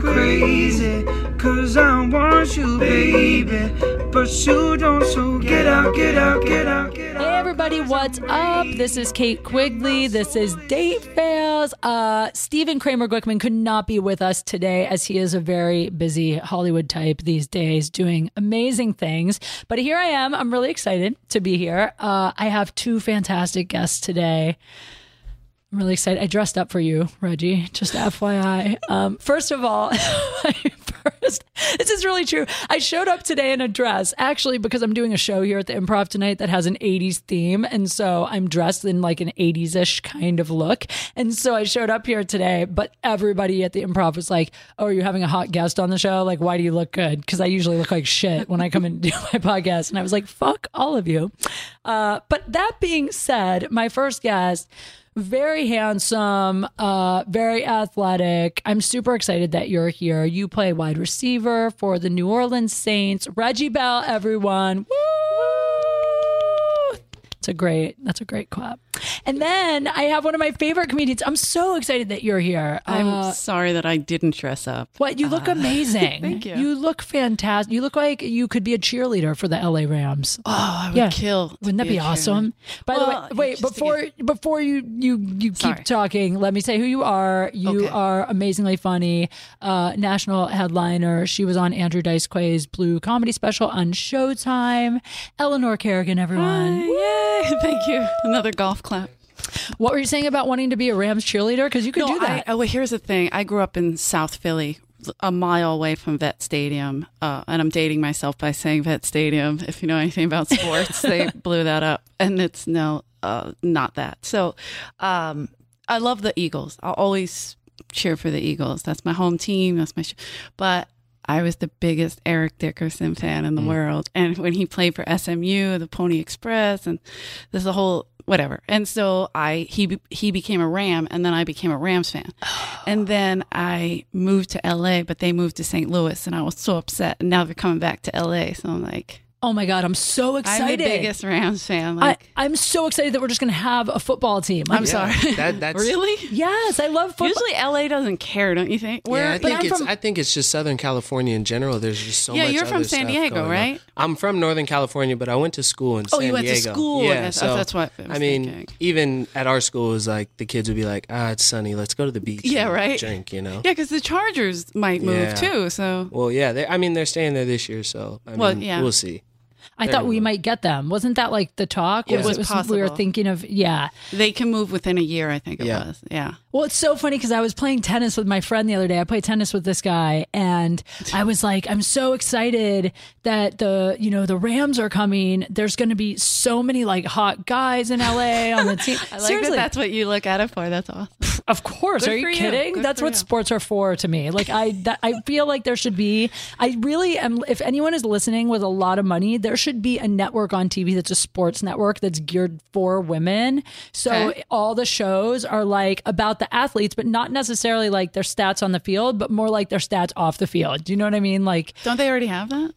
crazy. Cause I want you, baby. But you don't, so get out, get out, get out, get out. Hey everybody, what's up? This is Kate Quigley. This is Date Fails. Uh, Stephen Kramer Glickman could not be with us today as he is a very busy Hollywood type these days doing amazing things. But here I am. I'm really excited to be here. Uh, I have two fantastic guests today. I'm really excited. I dressed up for you, Reggie. Just FYI. Um, first of all, first, this is really true. I showed up today in a dress, actually, because I'm doing a show here at the Improv tonight that has an '80s theme, and so I'm dressed in like an '80s-ish kind of look. And so I showed up here today, but everybody at the Improv was like, "Oh, are you having a hot guest on the show? Like, why do you look good?" Because I usually look like shit when I come and do my podcast, and I was like, "Fuck all of you." Uh, but that being said, my first guest very handsome, uh, very athletic. I'm super excited that you're here. You play wide receiver for the New Orleans Saints. Reggie Bell, everyone. Woo! It's a great, that's a great clap. And then I have one of my favorite comedians. I'm so excited that you're here. I'm Uh, sorry that I didn't dress up. what you look amazing. Uh, thank you. You look fantastic. You look like you could be a cheerleader for the LA Rams. Oh, I would Yeah. kill. to Wouldn't that be a awesome? By Well, the way, wait just to before before you you you Sorry. keep talking. Let me say who you are. You Okay. are amazingly funny. Uh, national headliner. She was on Andrew Dice Clay's Blue Comedy Special on Showtime. Eleanor Kerrigan, everyone. cheerleader. Yay! Thank you. Another golf clap. What were you saying about wanting to be a Rams cheerleader? Because you could do that. I, oh, well, here's the thing. I grew up in South Philly, a mile away from Vet Stadium, uh, and I'm dating myself by saying Vet Stadium. If you know anything about sports, they blew that up, and it's no, uh, not that. So, um, I love the Eagles. I'll always cheer for the Eagles. That's my home team. That's my. Sh- but I was the biggest Eric Dickerson fan in the Mm. world. And when he played for SMU, the Pony Express, and there's a whole whatever. And so I he be- he became a Ram, and then I became a Rams fan. and then I moved to LA, but they moved to St. Louis, and I was so upset. And now they're coming back to LA, so I'm like, oh my god, I'm so I'm excited. the biggest Rams fan. I, Like, I'm so excited that we're just going to have a football team. I'm Yeah. sorry. That- that's- really. Yes, I love football. Usually LA doesn't care, don't you think? yeah, I but I'm think it's from- I think it's just Southern California in general. There's just so Yeah, much. you're from other San stuff Diego, going on. right? I'm from Northern California, but I went to school in Oh, San you went to Diego. school. Yeah, That's- oh, so, that's what I was I mean, thinking. even at our school, it was like the kids would be like, "Ah, it's sunny. Let's go to the beach. Yeah, and right. Drink, you know." Yeah, because the Chargers might move Yeah. too. So Well, yeah. They, I mean, they're staying there this year, so I mean, Well, yeah. we'll see. I thought we might get them. Wasn't that like the talk? Yeah. It was We were possible. thinking of yeah. they can move within a year. I think it Yeah. was. Yeah. Well, it's so funny because I was playing tennis with my friend the other day. I played tennis with this guy, and I was like, "I'm so excited that the you know the Rams are coming. There's going to be so many like hot guys in LA on the team. I like Seriously, that that's what you look at it for. That's awesome. of course. Good are you for you. kidding? Good that's for what you. sports are for to me. Like I, that, I feel like there should be. I really am. If anyone is listening with a lot of money, there should be a network on TV that's a sports network that's geared for women. So Okay. all the shows are like about the athletes, but not necessarily like their stats on the field, but more like their stats off the field. Do you know what I mean? Like, Don't they already have that?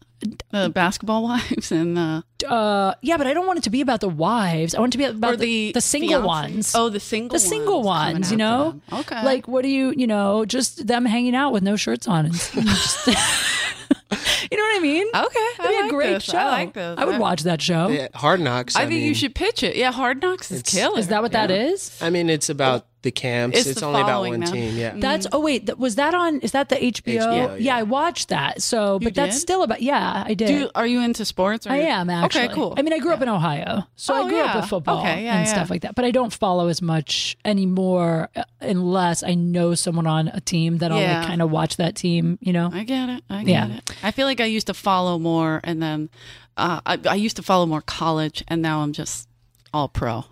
The basketball wives and uh, uh, yeah, but I don't want it to be about the wives. I want it to be about or the Oh, the, single fiancés. ones. Oh, the single the single coming ones, you out know? to them. Okay. Like, what do you, you know, just them hanging out with no shirts on. And just- you know what I mean? okay, That'd be Oh, I a like great this. show. I like this. I would watch that show. Yeah, hard knocks. I I, think mean, you should pitch it. Yeah, Hard Knocks is killer. Is that what that is? I mean, it's about the camps. It's It's, the only about following one them. team. Yeah. That's oh wait, that, was that on? Is that the HBO? HBO, yeah. I watched that. So, but that's did? still about. Yeah, I did. Do you, are you into sports? Or I am actually. Okay, cool. I mean, I grew up in Ohio, so I Oh, grew up yeah. with football Okay, yeah, and stuff yeah. like that. But I don't follow as much anymore uh, unless I know someone on a team that I'll Yeah. like kind of watch that team. You know, I get it. I get Yeah. it. I feel like I used to follow more, and then uh, I, I used to follow more college, and now I'm just all pro.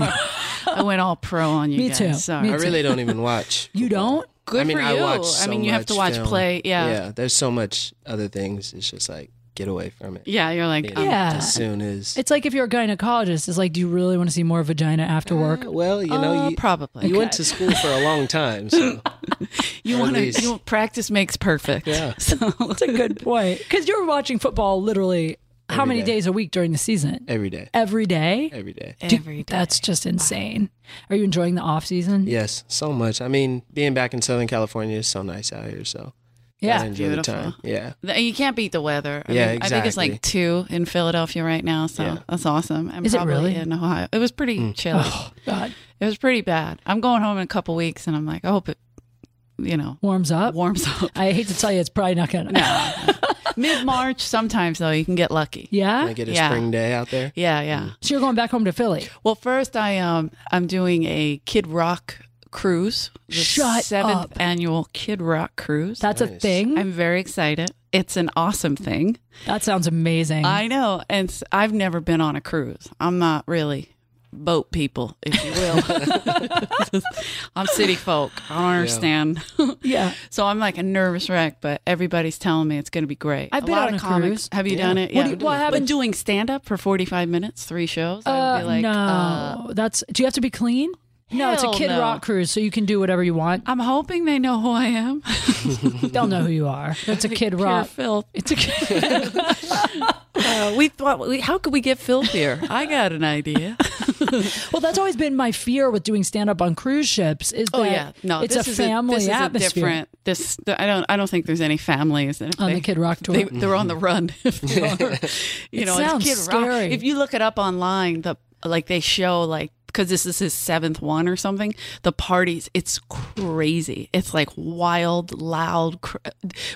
I went all pro on you Me guys. too. Sorry. Me I really don't even watch. you don't. Good I mean, for I you. watch. I so mean, you have to much watch film. play. Yeah. yeah. Yeah. There's so much other things. It's just like get away from it. you're like, you know, um, Yeah. As soon as. It's like if you're a gynecologist, it's like, do you really want to see more vagina after work? Oh, well, you know, uh, you, probably. you went to school for a long time, so You Or at want to? least- You practice makes perfect. Yeah. So That's a good point. Because you're watching football literally how Every many day. days a week during the season? every day, Every day? every day. every day. That's just insane. Are you enjoying the off season? Yes, so much. I mean, being back in Southern California is so nice out here. So Yeah. Gotta enjoy Beautiful. the time. Yeah. Th- You can't beat the weather. I Yeah, mean, I think it's like two in Philadelphia right now, so Yeah. Mm. that's awesome. I'm Is it probably really? Oh, in Ohio? It was pretty chilly. God, It was pretty bad. I'm going home in a couple weeks, and I'm like, I hope it, you know, warms up. warms up. I hate to tell you, it's probably not gonna. Mid March, sometimes though, you can get lucky. Yeah. Can I get a Yeah. spring day out there? Yeah, yeah. Mm. so you're going back home to Philly. Well, first I um I'm doing a Kid Rock cruise. The Shut seventh up. annual Kid Rock cruise. That's a Nice. thing. I'm very excited. It's an awesome thing. that sounds amazing. I know, and s- I've never been on a cruise. I'm not really boat people, if you will. I'm city folk. I don't understand. yeah. so I'm like a nervous wreck, but everybody's telling me it's going to be great. I've been lot on of a comics- cruise. Have you Yeah. done it? What do you- what But happened- doing stand up for 45 minutes, three shows. I'd Uh, be like, no, uh, that's. Do you have to be clean? No, it's a Hell Kid no. Rock cruise, so you can do whatever you want. I'm hoping they know who I am. They'll know who you are. It's a Kid Pure Rock. filth. It's a Kid Uh, we thought, we, how could we get filth here? I got an idea. Well, that's always been my fear with doing stand up on cruise ships. Is Oh that yeah, no, it's this a is family this is atmosphere. A different, this I don't I don't think there's any families in it. on They- the Kid Rock tour. They, they're on the run. If they are. you It know, sounds it's Kid Rock. scary. If you look it up online, the like they show like because this is his seventh one or something. The parties, it's crazy. It's like wild, loud. Cr-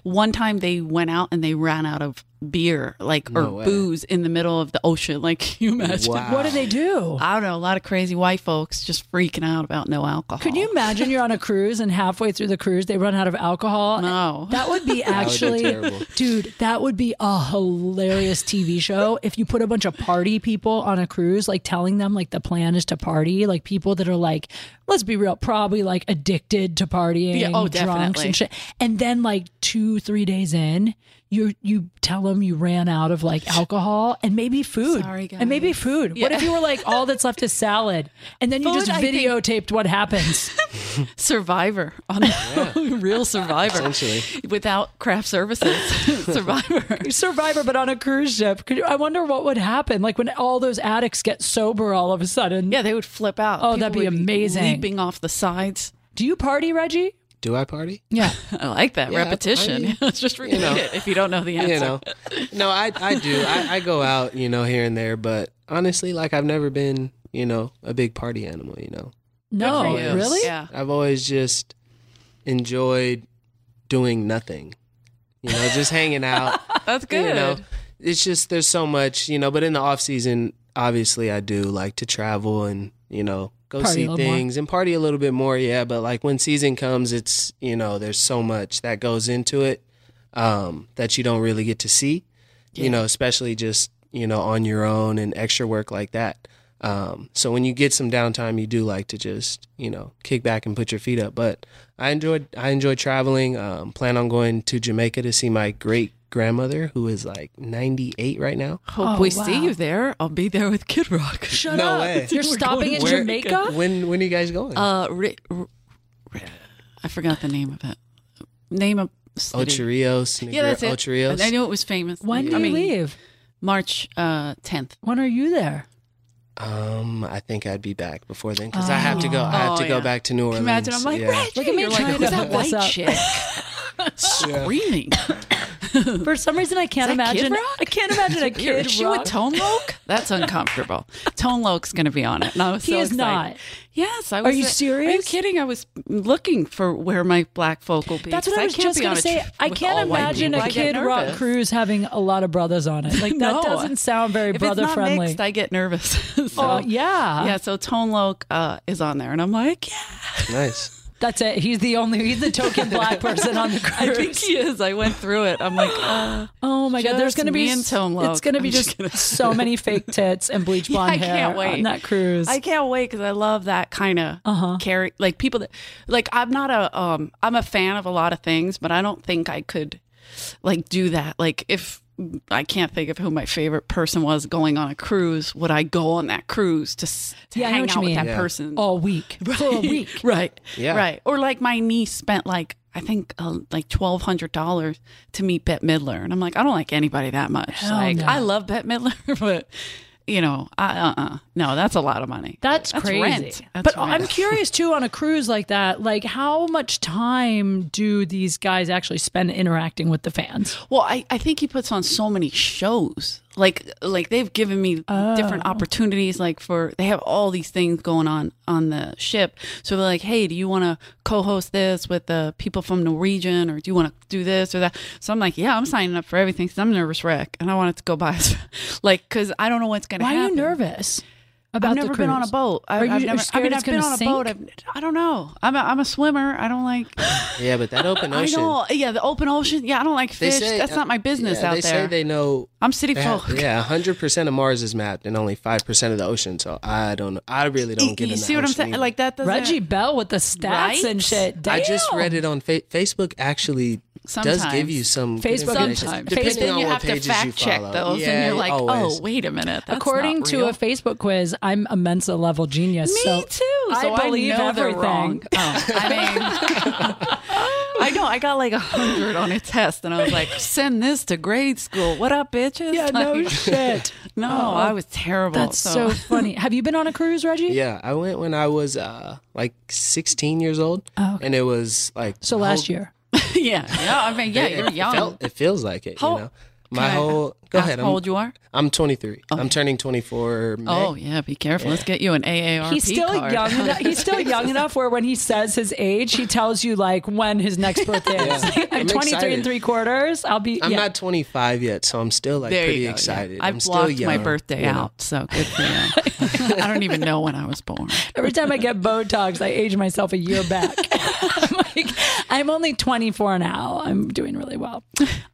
one time they went out and they ran out of beer, like or No way. booze in the middle of the ocean. Like can you imagine. Wow. what do they do? I don't know. A lot of crazy white folks just freaking out about no alcohol. Could you imagine you're on a cruise and halfway through the cruise they run out of alcohol? No. That would be would be actually, terrible. dude, that would be a hilarious TV show if you put a bunch of party people on a cruise, like telling them like the plan is to party, like people that are like, let's be real, probably like addicted to partying, Yeah, oh, drunks definitely. and shit. And then like two, three days in, you you tell them you ran out of like alcohol and maybe food, Sorry, and maybe food. What if you were like all that's left is salad, and then you Food, just I think- videotaped what happens? survivor on the real survivor Essentially. without craft services survivor Survivor, but on a cruise ship. Could you, I wonder what would happen, like when all those addicts get sober all of a sudden. yeah they would flip out Oh, that'd be would amazing. leaping off the sides Do you party, Reggie? Do I party? Yeah. i like that Yeah, I- repetition I- Let's just repeat know. it if you don't know the answer You know, no, I I do. I, I go out, you know, here and there, but honestly, like I've never been, you know, a big party animal. You know, No, Good for you. Oh, really? yeah I've always just enjoyed doing nothing. You know, just hanging out. that's good You know, it's just there's so much, you know. But in the off season, obviously, I do like to travel and you know go Party a see little more. things and party a little bit more. Yeah, but like when season comes, it's you know there's so much that goes into it um, that you don't really get to see. You know, especially just you know on your own and extra work like that. Um, so when you get some downtime, you do like to just you know kick back and put your feet up. But I enjoyed I enjoy traveling. Um, plan on going to Jamaica to see my great grandmother who is like 98 right now. hope Oh, we wow. see you there i'll be there with kid rock Shut No up. way. You're We're stopping in Where- Jamaica? When when are you guys going? uh ri- r- ri- i forgot the name of it name of city. Ocho Rios. yeah that's it Ocho Rios. i knew it was famous When do I you mean, leave? march uh 10th When are you there? Um, I think I'd be back before then because I have to go. I have Oh, to go yeah. back to New Orleans. Imagine I'm like, Yeah. Reggie. Look at me You're trying like, to who's that look this white up. chick screaming? For some reason, I can't Is that Kid imagine. Rock? I can't imagine a Here, kid. is she rock. with Tone Loke? That's uncomfortable. Tone Loke's going to be on it. And I was He so is excited. not. Yes, I was. you Are you serious? kidding? I was looking for where my black folk will be. That's what 'cause I was can't just be going on to a say. trip I with can't all white imagine people. a I get Kid Rock nervous. cruise having a lot of brothers on it. Like that No. doesn't sound very If brother it's not friendly. mixed, I get nervous. so, oh yeah. yeah, so Tone Loke uh, is on there, and I'm like, yeah, nice. That's it. He's the only. He's the token black person on the cruise. I think he is. I went through it. I'm like, uh, Oh my god, there's Just gonna be me and Tone Loc. it's gonna be I'm just, just gonna- so many fake tits and bleach blonde I hair can't on wait. that cruise. Uh-huh. I can't wait because I love that kind of uh carry. Like people that, like I'm not a, um, I'm a fan of a lot of things, but I don't think I could, like, do that. Like if I can't think of who my favorite person was going on a cruise, would I go on that cruise to, s- to Yeah, I know hang what out you with mean. that Yeah. person? all week for a week. right, Yeah. right. Or like my niece spent like I think uh, like twelve hundred dollars to meet Bette Midler, and I'm like, I don't like anybody that much. Hell like no. I love Bette Midler, but. you know, uh, uh, uh, no, that's a lot of money. That's, crazy. rent. That's but rent. I'm curious too on a cruise like that, like how much time do these guys actually spend interacting with the fans? Well, I, I think he puts on so many shows. Like like they've given me different Oh. opportunities. Like for they have all these things going on on the ship. So they're like, hey, do you want to co-host this with the people from Norwegian, or do you want to do this or that? So I'm like, yeah, I'm signing up for everything because I'm a nervous wreck and I want it to go by, like because I don't know what's gonna. Why are happen. you nervous about I've the never been on a cruise? boat. I, Are you I've never, I scared mean, it's I've been gonna on a sink? boat. I've, I don't know. I'm a, I'm a swimmer. I don't like. Yeah, but that open I ocean. don't. Yeah, the open ocean. Yeah, I don't like They fish. say- That's not my business yeah, out they there. say they know. I'm city They folk. have, yeah, hundred percent of Mars is mapped, and only five percent of the ocean. So I don't. I really don't get. you in the see what I'm ocean saying? either. Like that doesn't. Reggie Bell with the stats Right? and shit. I just Damn. read it on fa- Facebook. Actually, does give Sometimes. you some good Facebook- information, Sometimes. depending Facebook, on then you what have to pages you fact check follow. those, yeah, and you're like, always. oh, wait a minute. That's According not to real. a Facebook quiz, I'm a Mensa level genius. Me so too. I So I believe know they're everything. wrong. Oh, I mean, I know I got like a hundred on a test, and I was like, send this to grade school. What up, bitches? Yeah, no Like, shit. No, I was terrible. That's so funny. Have you been on a cruise, Reggie? Yeah, I went when I was uh, like 16 years old, Oh, and it was like So last year. yeah, yeah. I mean, yeah, it- you're it young. felt- it feels like it. How- you know, my Can I whole go ask ahead. How I'm- old you are? I'm 23. I'm turning 24. May. Oh yeah, be careful. Let's get you an AARP He's still card. young. Enough, he's still young enough where when he says his age, he tells you like when his next birthday is. Yeah. I'm, I'm 23 and excited. three quarters. I'll be. I'm yeah. not 25 yet, so I'm still like There you pretty go, yeah. excited. I I'm still blocked young. my birthday you know. out, so good for you. I don't even know when I was born. Every time I get Botox, I age myself a year back. I'm like, I'm only 24 now. I'm doing really well.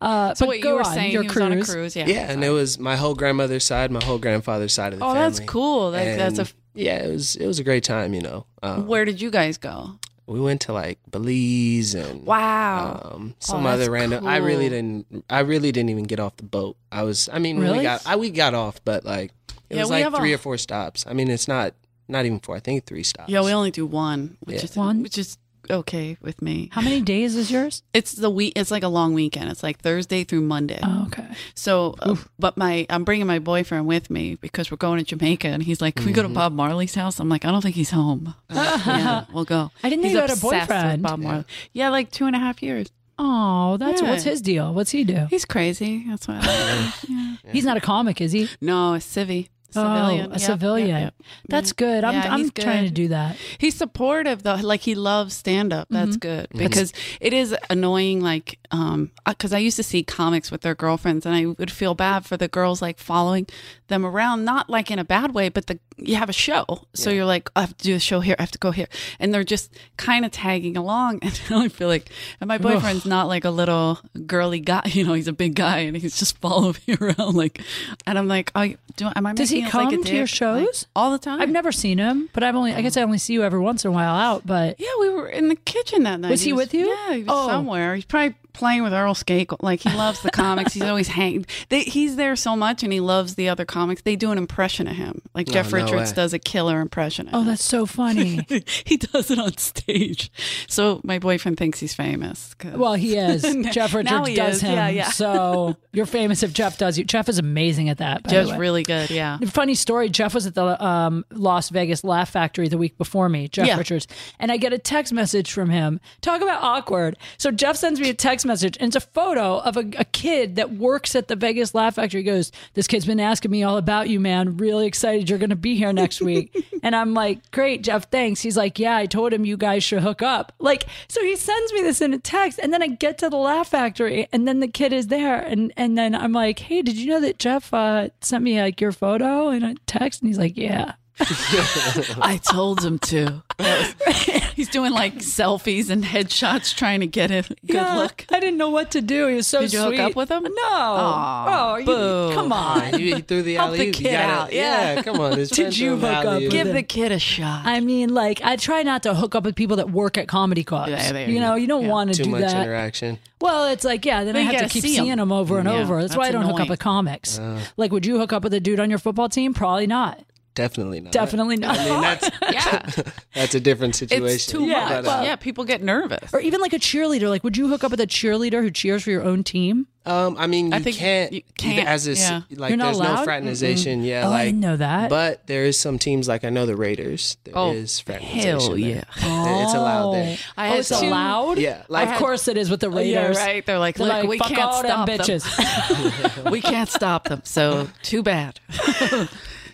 Uh, So but what go you were on, saying, your he was cruise. on a cruise, yeah. Yeah, and it was my whole grandmother's side, my whole grandfather's side of the Oh, family. that's cool. That, that's a. And, yeah, it was it was a great time. You know, um, Where did you guys go? we went to like Belize and Wow. um, some Oh. that's other random. I really cool. didn't. I really didn't even get off the boat. I was. I mean, Really? we got. I, we got off, but like it Yeah, was we like have three a- or four stops. I mean, it's not not even four. I think three stops. yeah, we only do one, which uh, Yeah. is One? which is okay with me. How many days is yours? It's the week. It's like a long weekend. It's like Thursday through Monday. Oh, okay. So, uh, but my I'm bringing my boyfriend with me because we're going to Jamaica, and he's like, "Can we go to Mm-hmm. Bob Marley's house?" I'm like, "I don't think he's home." I'm like, yeah, we'll go. I didn't know he's you had a obsessed with boyfriend. Bob Marley. Yeah, like two and a half years. Oh, that's Yeah. what's his deal? What's he do? He's crazy. That's why. I like him. Yeah. He's not a comic, is he? No, a civvy. Oh, Civilian. a Yep, yep, civilian. yep. That's good. I'm, Yeah, I'm he's good. trying to do that. He's supportive though. Like he loves stand up. Mm-hmm. That's good because it is annoying. Like, um, because I used to see comics with their girlfriends, and I would feel bad for the girls like following them around. Not like in a bad way, but the you have a show, so you're like, "Oh, I have to do a show here. I have to go here, and they're just kind of tagging along. And I feel like, and my boyfriend's not like a little girly guy. You know, he's a big guy, and he's just following me around. Like, and I'm like, oh, do am I? Does he making us, like, a come to your dick? Like, shows? all the time? I've never seen him, but I've only I guess I only see you every once in a while out, but Yeah, we were in the kitchen that night. Was he with you? Yeah, he was Oh. somewhere. He's probably playing with Earl Skakel. Like he loves the comics. He's always hanged. They, he's there so much, and he loves the other comics. They do an impression of him. Like Jeff Oh, no Richards way. does a killer impression. Of Oh, him. that's so funny. he does it on stage. So my boyfriend thinks he's famous. 'cause- well, he is. Jeff Now Richards he does is. him. Yeah, yeah. So you're famous if Jeff does you. Jeff is amazing at that. By the Jeff's way. really good. Yeah. Funny story. Jeff was at the um, Las Vegas Laugh Factory the week before me, Jeff Yeah. Richards, and I get a text message from him. Talk about awkward. So Jeff sends me a text message, and it's a photo of a, a kid that works at the Vegas Laugh Factory. He goes, "This kid's been asking me all about you, man. Really excited you're going to be here next week." and I'm like, "Great, Jeff. Thanks." He's like, "Yeah, I told him you guys should hook up." Like, so he sends me this in a text, and then I get to the Laugh Factory, and then the kid is there, and and then I'm like, "Hey, did you know that Jeff uh, sent me like your photo in a text?" And he's like, "Yeah." I told him to. That was- he's doing like selfies and headshots, trying to get a good Yeah, look. I didn't know what to do. He was so Did you hook sweet. up with him? No. Aw, oh, you, boo. come on. You, you threw the Help the alley. kid out, yeah. come on. his friend you threw the hook up alley-oop. with Give the kid a shot. I mean, like, I try not to hook up with people that work at comedy clubs. Yeah, there you you know, you don't want to Too do much that. interaction. Well, it's like, yeah, then I you have to gotta keep see 'em. seeing them over and Yeah, over. That's, why I that's don't hook up annoying. with comics. Uh. like, would you hook up with a dude on your football team? Probably not. Definitely not. Definitely not. I mean, that's yeah. that's a different situation. uh, It's too Yeah, much. well- yeah, people get nervous. or even like a cheerleader. Like, would you hook up with a cheerleader who cheers for your own team? Um, I mean, you I think can't, you can't, as a s- yeah. like. You're not there's allowed? no fraternization. Yeah, oh, I like. didn't know that. But there is some teams like I know the Raiders. There Oh, is fraternization. hell there. yeah. There- It's allowed there. I oh, had it's two- allowed? Yeah, Like, like- of course it is with the Yeah, Raiders. right. They're like, They're look, like, we fuck can't all stop them them. bitches. we can't stop them. So too bad.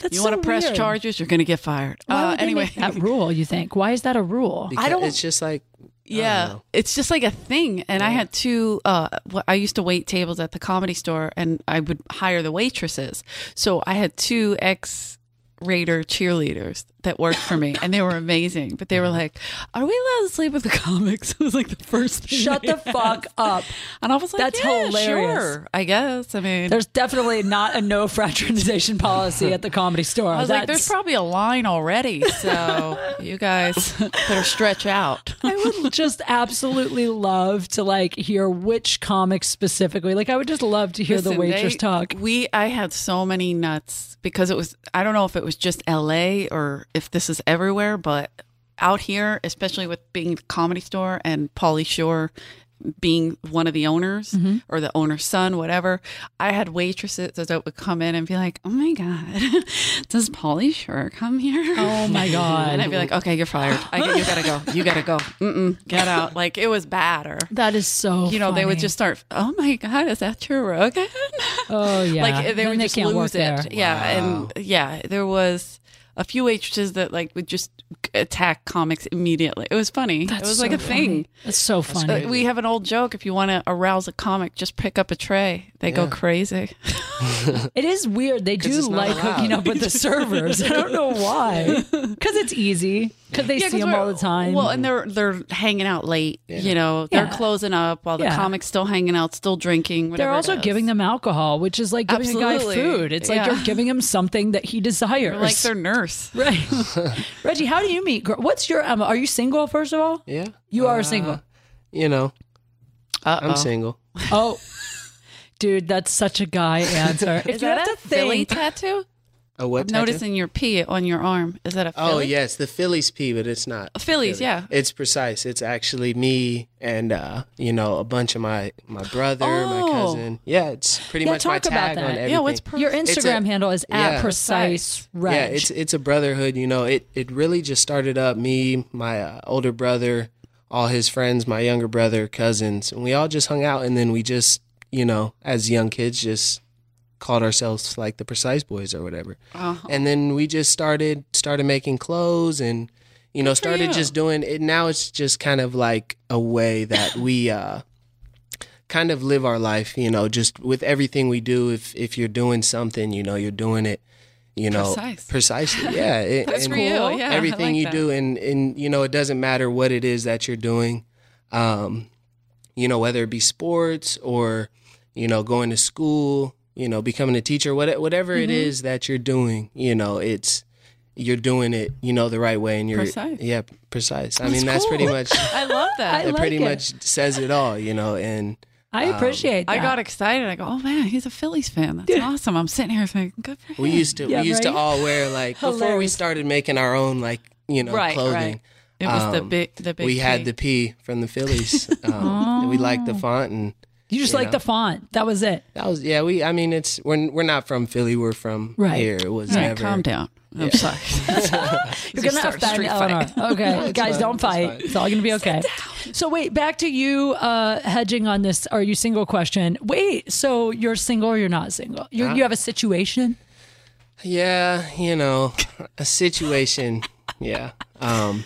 That's you so want to press weird. charges, you're going to get fired. Why Uh, would they anyway, make that rule, you think? Why is that a rule? Because don't- It's just like yeah, know. it's just like a thing. And I had two. Uh, wh- I used to wait tables at the comedy store, and I would hire the waitresses. So I had two ex. Raider cheerleaders that worked for me, and they were amazing. But they were like, "Are we allowed to sleep with the comics?" It was like the first. Thing Shut they the fuck asked. up. And I was like, That's "That's yeah, hilarious. Sure, I guess. I mean, There's definitely not a no fraternization policy at the comedy store. I was like, there's probably a line already, so you guys better stretch out. I would just absolutely love to like hear which comics specifically. Like I would just love to hear the Listen, waitress they- talk. We I had so many nuts because it was I don't know if it was just LA or if this is everywhere, but out here, especially with being the comedy store and Pauly Shore being one of the owners Mm-hmm. or the owner's son, whatever, I had waitresses that would come in and be like, Oh my God, does Pauly Shore come here? Oh my And I'd god. be like, okay, you're fired. I get, you gotta go. You gotta go. Mm-mm, get out. Like it was bad. Or That is so you know, they would funny. just start. Oh my god, is that your Rogan? Oh yeah. Like they Then would just can't work lose it. there. Yeah, and yeah, there was a few waitresses that like would just attack comics immediately. It was funny. it was like so a thing. That's so funny. Uh, we have an old joke. If you want to arouse a comic, just pick up a tray. They go crazy. It is weird. They do it's not like allowed. hooking up with the servers. I don't know why. Because it's easy. Because they see 'cause them all we're- the time. Well, and they're they're hanging out late. You know, they're Yeah. closing up while the Yeah. comics still hanging out, still drinking. Whatever they're it also is. giving them alcohol, which is like giving a guy Absolutely. food. It's like Yeah. you're giving him something that he desires. like their nurse. right. Reggie, how do you meet? Girl? What's your? Um, are you single? First of all, yeah, you are single. you know, Uh I'm single. Oh, dude, that's such a guy answer. if Is you that have a to Philly think, tattoo? A what? tattoo? Noticing your P on your arm. Is that a Oh Philly? yes, the Phillies P, but it's not Phillies, yeah. It's precise. It's actually me and uh, you know a bunch of my my brother, Oh. my cousin. Yeah, it's pretty Yeah, much my talk about tag that. Yeah, on everything. Yeah, what's per- your It's a- Instagram handle is at yeah. precise reg. yeah, it's it's a brotherhood. You know, it it really just started up. Me, my uh, older brother, all his friends, my younger brother, cousins, and we all just hung out. And then we just, you know, as young kids, just called ourselves like the Precise Boys or whatever. And then we just started started making clothes and you know started you. just doing it. Now it's just kind of like a way that we. uh kind of live our life, you know, just with everything we do. If if you're doing something, you know, you're doing it, you know, Precise. precisely. Yeah, it, That's and for you. Yeah, I everything like you that. do, and and you know, it doesn't matter what it is that you're doing, um, you know, whether it be sports or you know, going to school, you know, becoming a teacher, what, whatever it Mm-hmm. is that you're doing, you know, it's you're doing it, you know, the right way, and you're Precise. yeah, precise. I mean, that's pretty cool. much. I love that. I It like pretty it. much says it all, you know, and I appreciate. I that. got excited. I go, oh man, he's a Phillies fan. That's awesome. I'm sitting here saying, good for him. We used to Yeah, we used right? to all wear like before we Hilarious. started making our own like you know Right, right. clothing. It was the um, big, the big. we P. had the P from the Phillies. Um, we liked the font and You just you like know. the font. That was it. that was yeah. We I mean it's we're we're not from Philly. We're from Right. here. It was All right, never calm down. I'm sorry. You're gonna start a offend street Eleanor. fight. Okay, guys, fine, don't it's fight. fine. It's all gonna be okay. So wait, back to you uh, hedging on this. Are you single? Question. Wait, so you're single or you're not single? You you have a situation. Yeah, you know a situation. yeah. Um,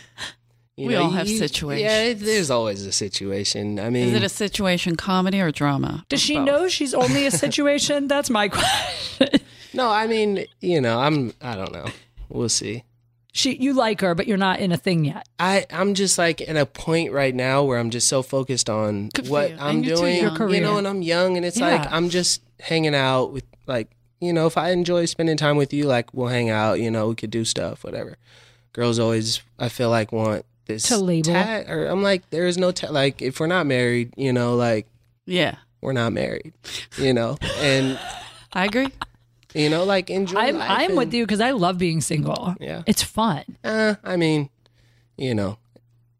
you We all have situations. Yeah, it, there's always a situation. I mean, Is it a situation comedy or drama? Does she Both. know she's only a situation? That's my question. no, I mean you know I'm I don't know. We'll see. She, you like her, but you're not in a thing yet. I I'm just like in a point right now where I'm just so focused on Good for what you. I'm And you're too doing, young. Your you career. know, and I'm young, and it's Yeah. like I'm just hanging out with like you know if I enjoy spending time with you, like we'll hang out, you know, we could do stuff, whatever. Girls always I feel like want this To label. tag, or I'm like there is no ta- like if we're not married, you know, like Yeah, we're not married, you know, and I agree. you know like enjoy. I'm life I'm and, with you because I love being single. Yeah. it's fun. Uh, I mean, you know,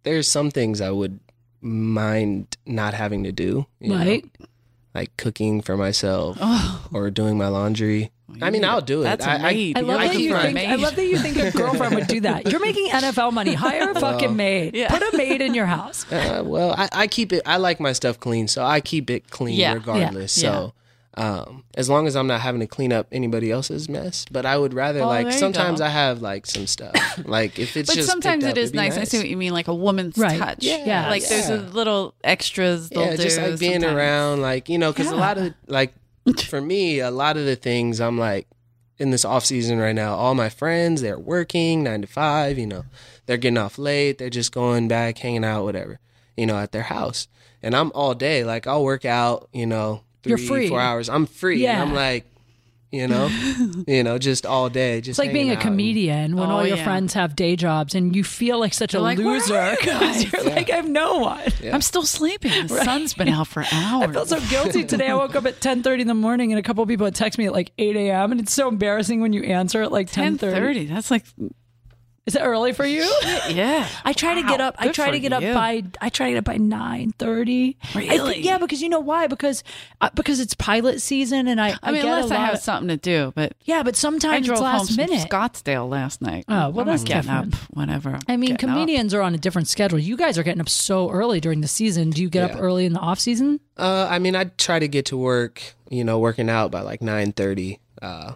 there's some things I would mind not having to do. you know. Right? like cooking for myself Oh, or doing my laundry. I mean, I'll do it. That's I- a I- maid. I love, You're that can you looking for a think, I maid. love that you think your girlfriend would do that. You're making NFL money. Hire a fucking maid. Yeah. Put a maid in your house. Uh, well, I, I keep it. I like my stuff clean, so I keep it clean Yeah, yeah, regardless. So, um, as long as I'm not having to clean up anybody else's mess, but I would rather Oh, like there you sometimes go. I have like some stuff. like if it's But just sometimes picked it up, is it'd be nice. I see what you mean, like a woman's Right. touch. Yeah, Like there's a yeah. little extras they'll yeah, do. just like being sometimes. around, like you know, because Yeah. a lot of like for me, a lot of the things I'm like in this off season right now. All my friends, they're working nine to five. You know, they're getting off late. They're just going back, hanging out, whatever. You know, at their house, and I'm all day. Like I'll work out. You know, You're 3 free. four hours. I'm free. Yeah. And I'm like, you know, you know, just all day. Just It's like being hanging a out. comedian when Oh, all your yeah. friends have day jobs and you feel like such a You're like, "Where loser are because you're like, I have no one. Yeah. I'm still sleeping. The sun's been out for hours. I felt so guilty today. I woke up at 10.30 in the morning and a couple people had texted me at like 8 a.m. And it's so embarrassing when you answer at like 10.30. 10:30. That's like Is it early for you? yeah. I try to get Wow, up. I good try for to get you. up by. I try to get up by nine thirty. Really? yeah, because you know why? Because uh, because it's pilot season, and I. I, I mean, get a unless I lot have of- something to do, but yeah, but I sometimes drove it's home last from minute. Scottsdale last night. Oh, well, I'm that's not getting different. up whenever. I mean, Getting up. comedians are on a different schedule. You guys are getting up so early during the season. Do you get up Yeah. early in the off season? Uh, I mean, I try to get to work, you know, working out by like nine thirty. Uh,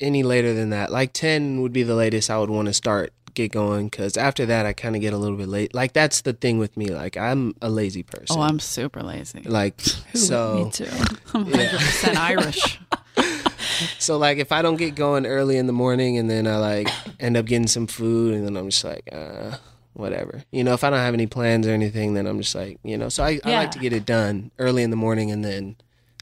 any later than that, like ten would be the latest I would want to start get going. Because after that, I kind of get a little bit late. Like that's the thing with me. Like I'm a lazy person. Oh, I'm super lazy. like so Oh, me too. I'm 100% Irish. so like if I don't get going early in the morning and then I like end up getting some food and then I'm just like uh whatever you know if I don't have any plans or anything then I'm just like you know so I, I Yeah. like to get it done early in the morning and then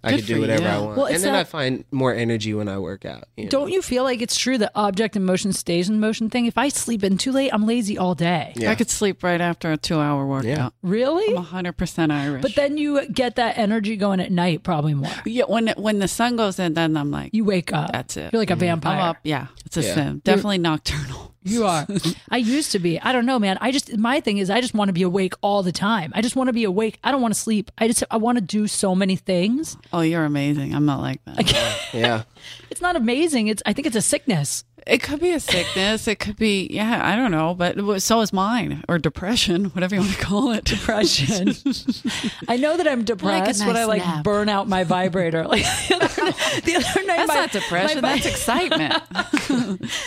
I Good could for do whatever you. I want Well, and it's then not- I find more energy when I work out you know? Don't you feel like it's true that object in motion stays in motion thing? If I sleep in too late, I'm lazy all day. Yeah. I could sleep right after a two hour workout. Really? I'm 100% Irish. But then you get that energy going at night, probably more. yeah, when, when the sun goes in, then I'm like, You wake up. That's it. You're like a vampire. I'm up. Yeah, it's a Yeah. sin. Definitely nocturnal. You are. I used to be. I don't know, man. I just my thing is I just want to be awake all the time. I just want to be awake. I don't want to sleep. I just I want to do so many things. Oh, you're amazing. I'm not like that. yeah It's not amazing. It's I think it's a sickness. It could be a sickness. It could be, yeah, I don't know, but it was- so is mine or depression, whatever you want to call it. Depression. I know that I'm depressed when I nice like nap. burn out my vibrator. Like the other, the other night, That's my- not depression. my- that's excitement.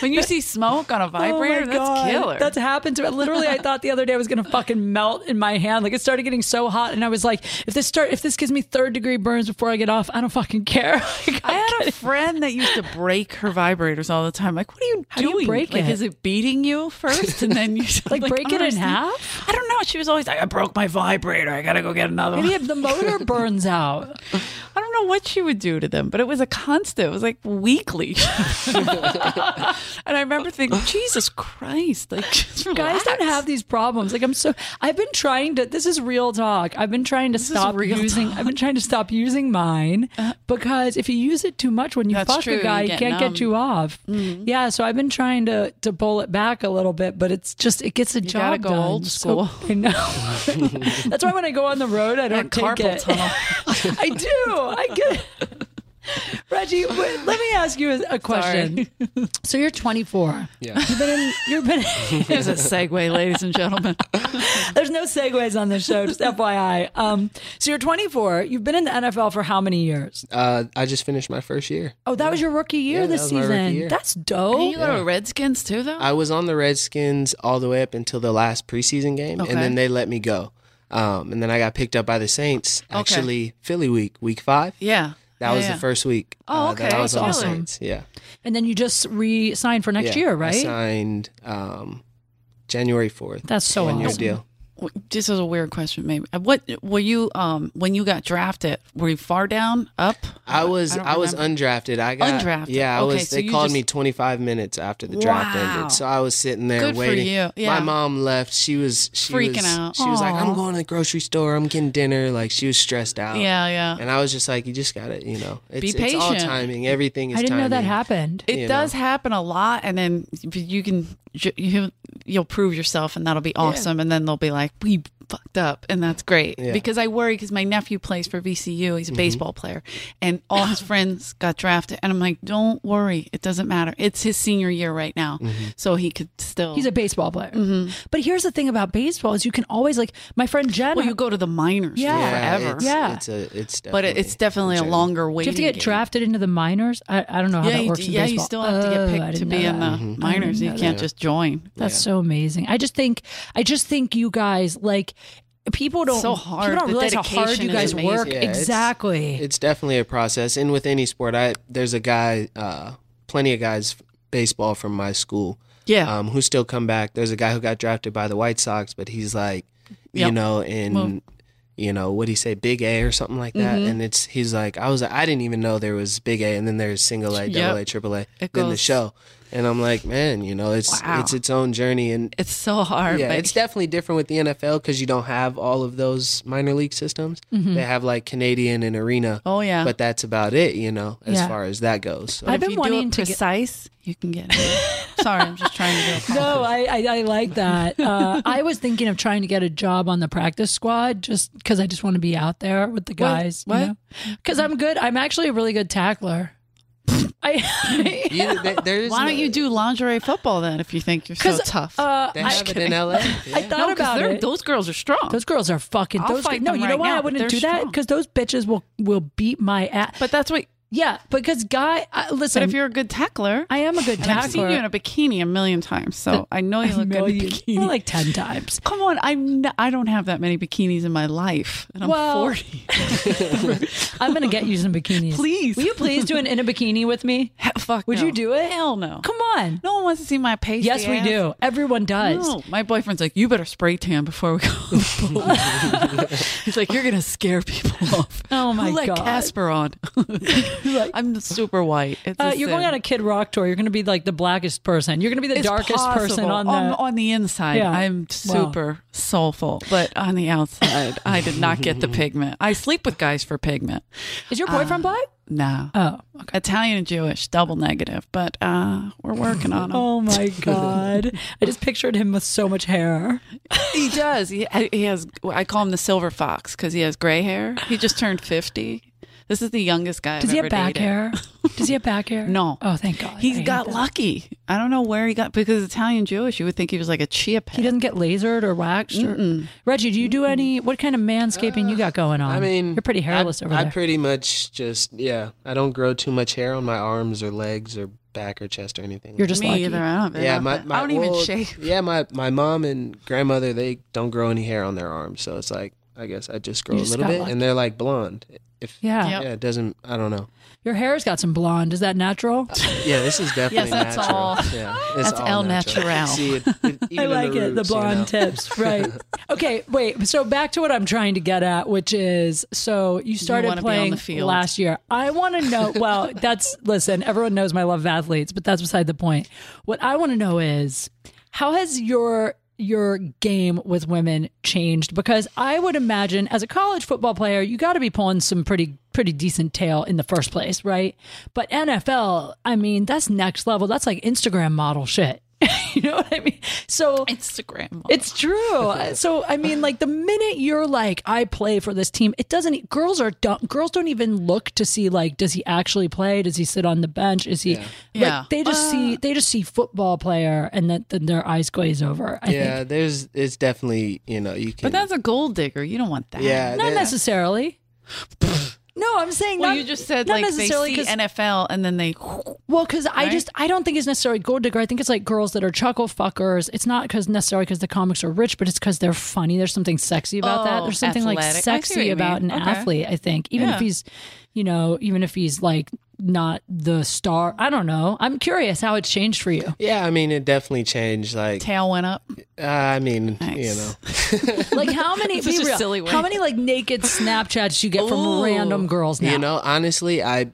when you see smoke on a Oh my vibrator, God. that's killer. That's happened to me. Literally, I thought the other day I was gonna fucking melt in my hand. Like it started getting so hot, and I was like, if this start, if this gives me third degree burns before I get off, I don't fucking care. Like, I'm I had a kidding. friend that used to break her vibrators all the time. Like, what are you How do you doing? break like, it? is it beating you first, and then you Like, break I don't it in understand. half? I don't know. She was always like, I broke my vibrator. I gotta go get another Maybe one. if the motor burns out. I don't know what she would do to them, but it was a constant. It was like weekly. and I remember thinking, Jesus Christ! Like, just Guys don't relax. have these problems. Like I'm so I've been trying to this is real talk. I've been trying to stop real Uh-huh. using I've been trying to stop using mine because if you use it too much when you That's fuck true, a you guy, he get can't numb. Mm-hmm. get you off. Yeah, so I've been trying to to pull it back a little bit, but it's just it gets a job gotta go done. old So- school. I know. That's why when I go on the road, I don't That take carpal it. tunnel. I do. I get Reggie, w- let me ask you a- a question. So you're 24. yeah You've been in, you've been There's a segue, ladies and gentlemen. There's no segues on this show, just FYI. Um, so you're 24. You've been in the NFL for how many years? uh, I just finished my first year Oh, that was your rookie year Yeah, that this was my rookie season. year. That's Can dope. you go to Redskins too, though? I was on the Redskins all the way up until the last preseason game, Okay. and then they let me go. Um, and then I got picked up by the Saints. Actually, Philly week, week five. yeah, That was the Yeah. first week. uh, Oh, That okay. I was on the Philly. Saints. Yeah. And then you just re signed for next Yeah. year, I right? signed um, January fourth. That's so one year awesome. deal. W- This is a weird question, maybe. Uh, What were you um when you got drafted? Were you far down, up? I was don't I, was undrafted. I got Undrafted. Yeah, I Okay, was. so They you called just- me 25 minutes after the draft Wow. ended, so I was sitting there Good for waiting. you. Yeah. My mom left. She was she Freaking was- out. She was like, Aw. "I'm going to the grocery store. I'm getting dinner." Like she was stressed out. Yeah, yeah. And I was just like, "You just got to, you know, it's, Be it's all patient. timing. Everything is I didn't know that timing." happened. It you does happen a lot, and then you can you you'll prove yourself, and that'll be awesome. And then they'll be like, we fucked up, and that's great Yeah. Mm-hmm. because I worry because my nephew plays for VCU. He's a baseball player, and all his friends got drafted. And I'm like, don't worry, it doesn't matter. It's his senior year right now, Mm-hmm. so he could still. He's a baseball player. But here's the thing about baseball is you can always like my friend Jen. well, you go to the minors Yeah. yeah, forever, It's, Yeah. It's a, it's but it, it's definitely a legit. longer do waiting. you have to get game. drafted into the minors? I, I don't know how Yeah, that you, works. d- in yeah, you baseball. still have to get Oh, I picked to didn't be know in the that. minors. You can't just join. That's so amazing. I just think I just think you guys like people don't So hard. People don't The realize how hard dedication you is guys amazing. work. Yeah, it's- exactly. It's definitely a process, and with any sport, I there's a guy, uh, plenty of guys, baseball from my school, Yeah. um, who still come back. There's a guy who got drafted by the White Sox, but he's like, you Yep. know, in Well- Mm-hmm. you know what he say, Big A or something like that. And it's he's like, I was I didn't even know there was Big A, and then there's Single A, Double A, Yep. Triple A, It then the goes- show, and I'm like, man, you know, it's Wow. it's its own journey, and it's so hard. yeah, but it's definitely different with the NFL because you don't have all of those minor league systems. They have like Canadian and arena. Mm-hmm. Oh, yeah. but that's about it, you know, as Yeah. far as that goes. So. I've if been you wanting do it to get- precise, you can get it. Sorry, I'm just trying to do a call. No, I, I, I like that. Uh, I was thinking of trying to get a job on the practice squad just because I just want to be out there with the guys. What? Because I'm good. I'm actually a really good tackler. I You- they- there's Why don't no- you do lingerie football then if you think you're so because tough? Uh, They I- have it in LA. I Yeah. thought No, 'cause about they're- it. Those girls are strong. Those girls are fucking. I'll those fight no, them you know right why now, I but wouldn't they're do that? strong. Because those bitches will will beat my ass. but that's what. yeah, because guy, I, listen, But if you're a good tackler, I am a good and I've seen tackler. you in a bikini a million times, so I know you a look good in a million- bikini. like ten times. Come on, I'm not, I don't have that many bikinis in my life, and I'm Well- 40. I'm gonna get you some bikinis. Please. will you please do an in a bikini with me? Fuck, Would no. you do it? Hell no. Come on. No one wants to see my pasty Yes, we ass. do. Everyone does. No, my boyfriend's like, you better spray tan before we go. on the boat." He's like, you're gonna scare people off. Oh my Who let God. Casper on. I'm super white. It's Uh, a you're sin. going on a Kid Rock tour. You're going to be like the blackest person. You're going to be the It's darkest person possible. Um, uh, on the. on the inside. Yeah. I'm super soulful, but on the outside, I did not get the pigment. I sleep with guys for pigment. is your boyfriend uh, black? No, Oh, okay. Italian and Jewish, double negative, but uh, we're working on him. Oh my god! I just pictured him with so much hair. He does. He, he has. I call him the silver fox because he has gray hair. He just turned fifty. This is the youngest guy. Does I've he ever have back dated. hair? Does he have back hair? No. Oh, thank God. I He's hate got that. lucky. I don't know where he got because Italian Jewish. You would think he was like a chia pet. He doesn't get lasered or waxed. Or... Reggie, do you do any? What kind of manscaping you got going on? I mean, you're pretty hairless I, over I there. pretty much just yeah. I don't grow too much hair on my arms or legs or back or chest or anything. You're like just me lucky. either. I don't. that. have yeah. enough. My, my I don't well, even shave. Yeah, my my mom and grandmother they don't grow any hair on their arms, so it's like I guess I just grow You a just little got bit, lucky. and they're like blonde. If Yeah. Yep. yeah, it doesn't. I don't know. Your hair's got some blonde. Is that natural? Yeah, this is definitely Yes, that's natural. all. Yeah, it's That's all el natural. See, it, it, even I in like it. The roots, you know? blonde tips. Right. okay. Wait. So back to what I'm trying to get at, which is so you started wanna be on playing the field. last year. I want to know. Well, that's, listen, everyone knows my love of athletes, but that's beside the point. What I want to know is how has your, your game with women changed because I would imagine as a college football player you got to be pulling some pretty pretty decent tail in the first place, right? But NFL, I mean, that's next level. That's like Instagram model shit. you know what I mean? So Instagram. it's true. So I mean, like the minute you're like, I play for this team, it doesn't. e, Girls are dumb. Girls don't even look to see like, does he actually play? Does he sit on the bench? Is he? Like, Yeah. They just see. They just see football player, and that then their eyes glaze over. I Yeah, think there's. It's definitely you know you can. but that's a gold digger. You don't want that. yeah, not that- necessarily. no, I'm saying Well, not, you just said not like they necessarily see 'cause- NFL and then they. Well, because I Right? just I don't think it's necessarily gold digger. I think it's like girls that are chuckle fuckers. It's not because necessarily because the comics are rich, but it's because they're funny. There's something sexy about that. Oh, There's something like athletic. I see what sexy you about an mean. Okay. athlete. I think even if Yeah. he's, you know, even if he's like not the star. I don't know. I'm curious how it's changed for you. Yeah, I mean it definitely changed. Like, Tail went up. uh, I mean, you Nice. know, Like how many? Such be a real, silly way. How many like naked Snapchats you get from Ooh. random girls now? you know, honestly, I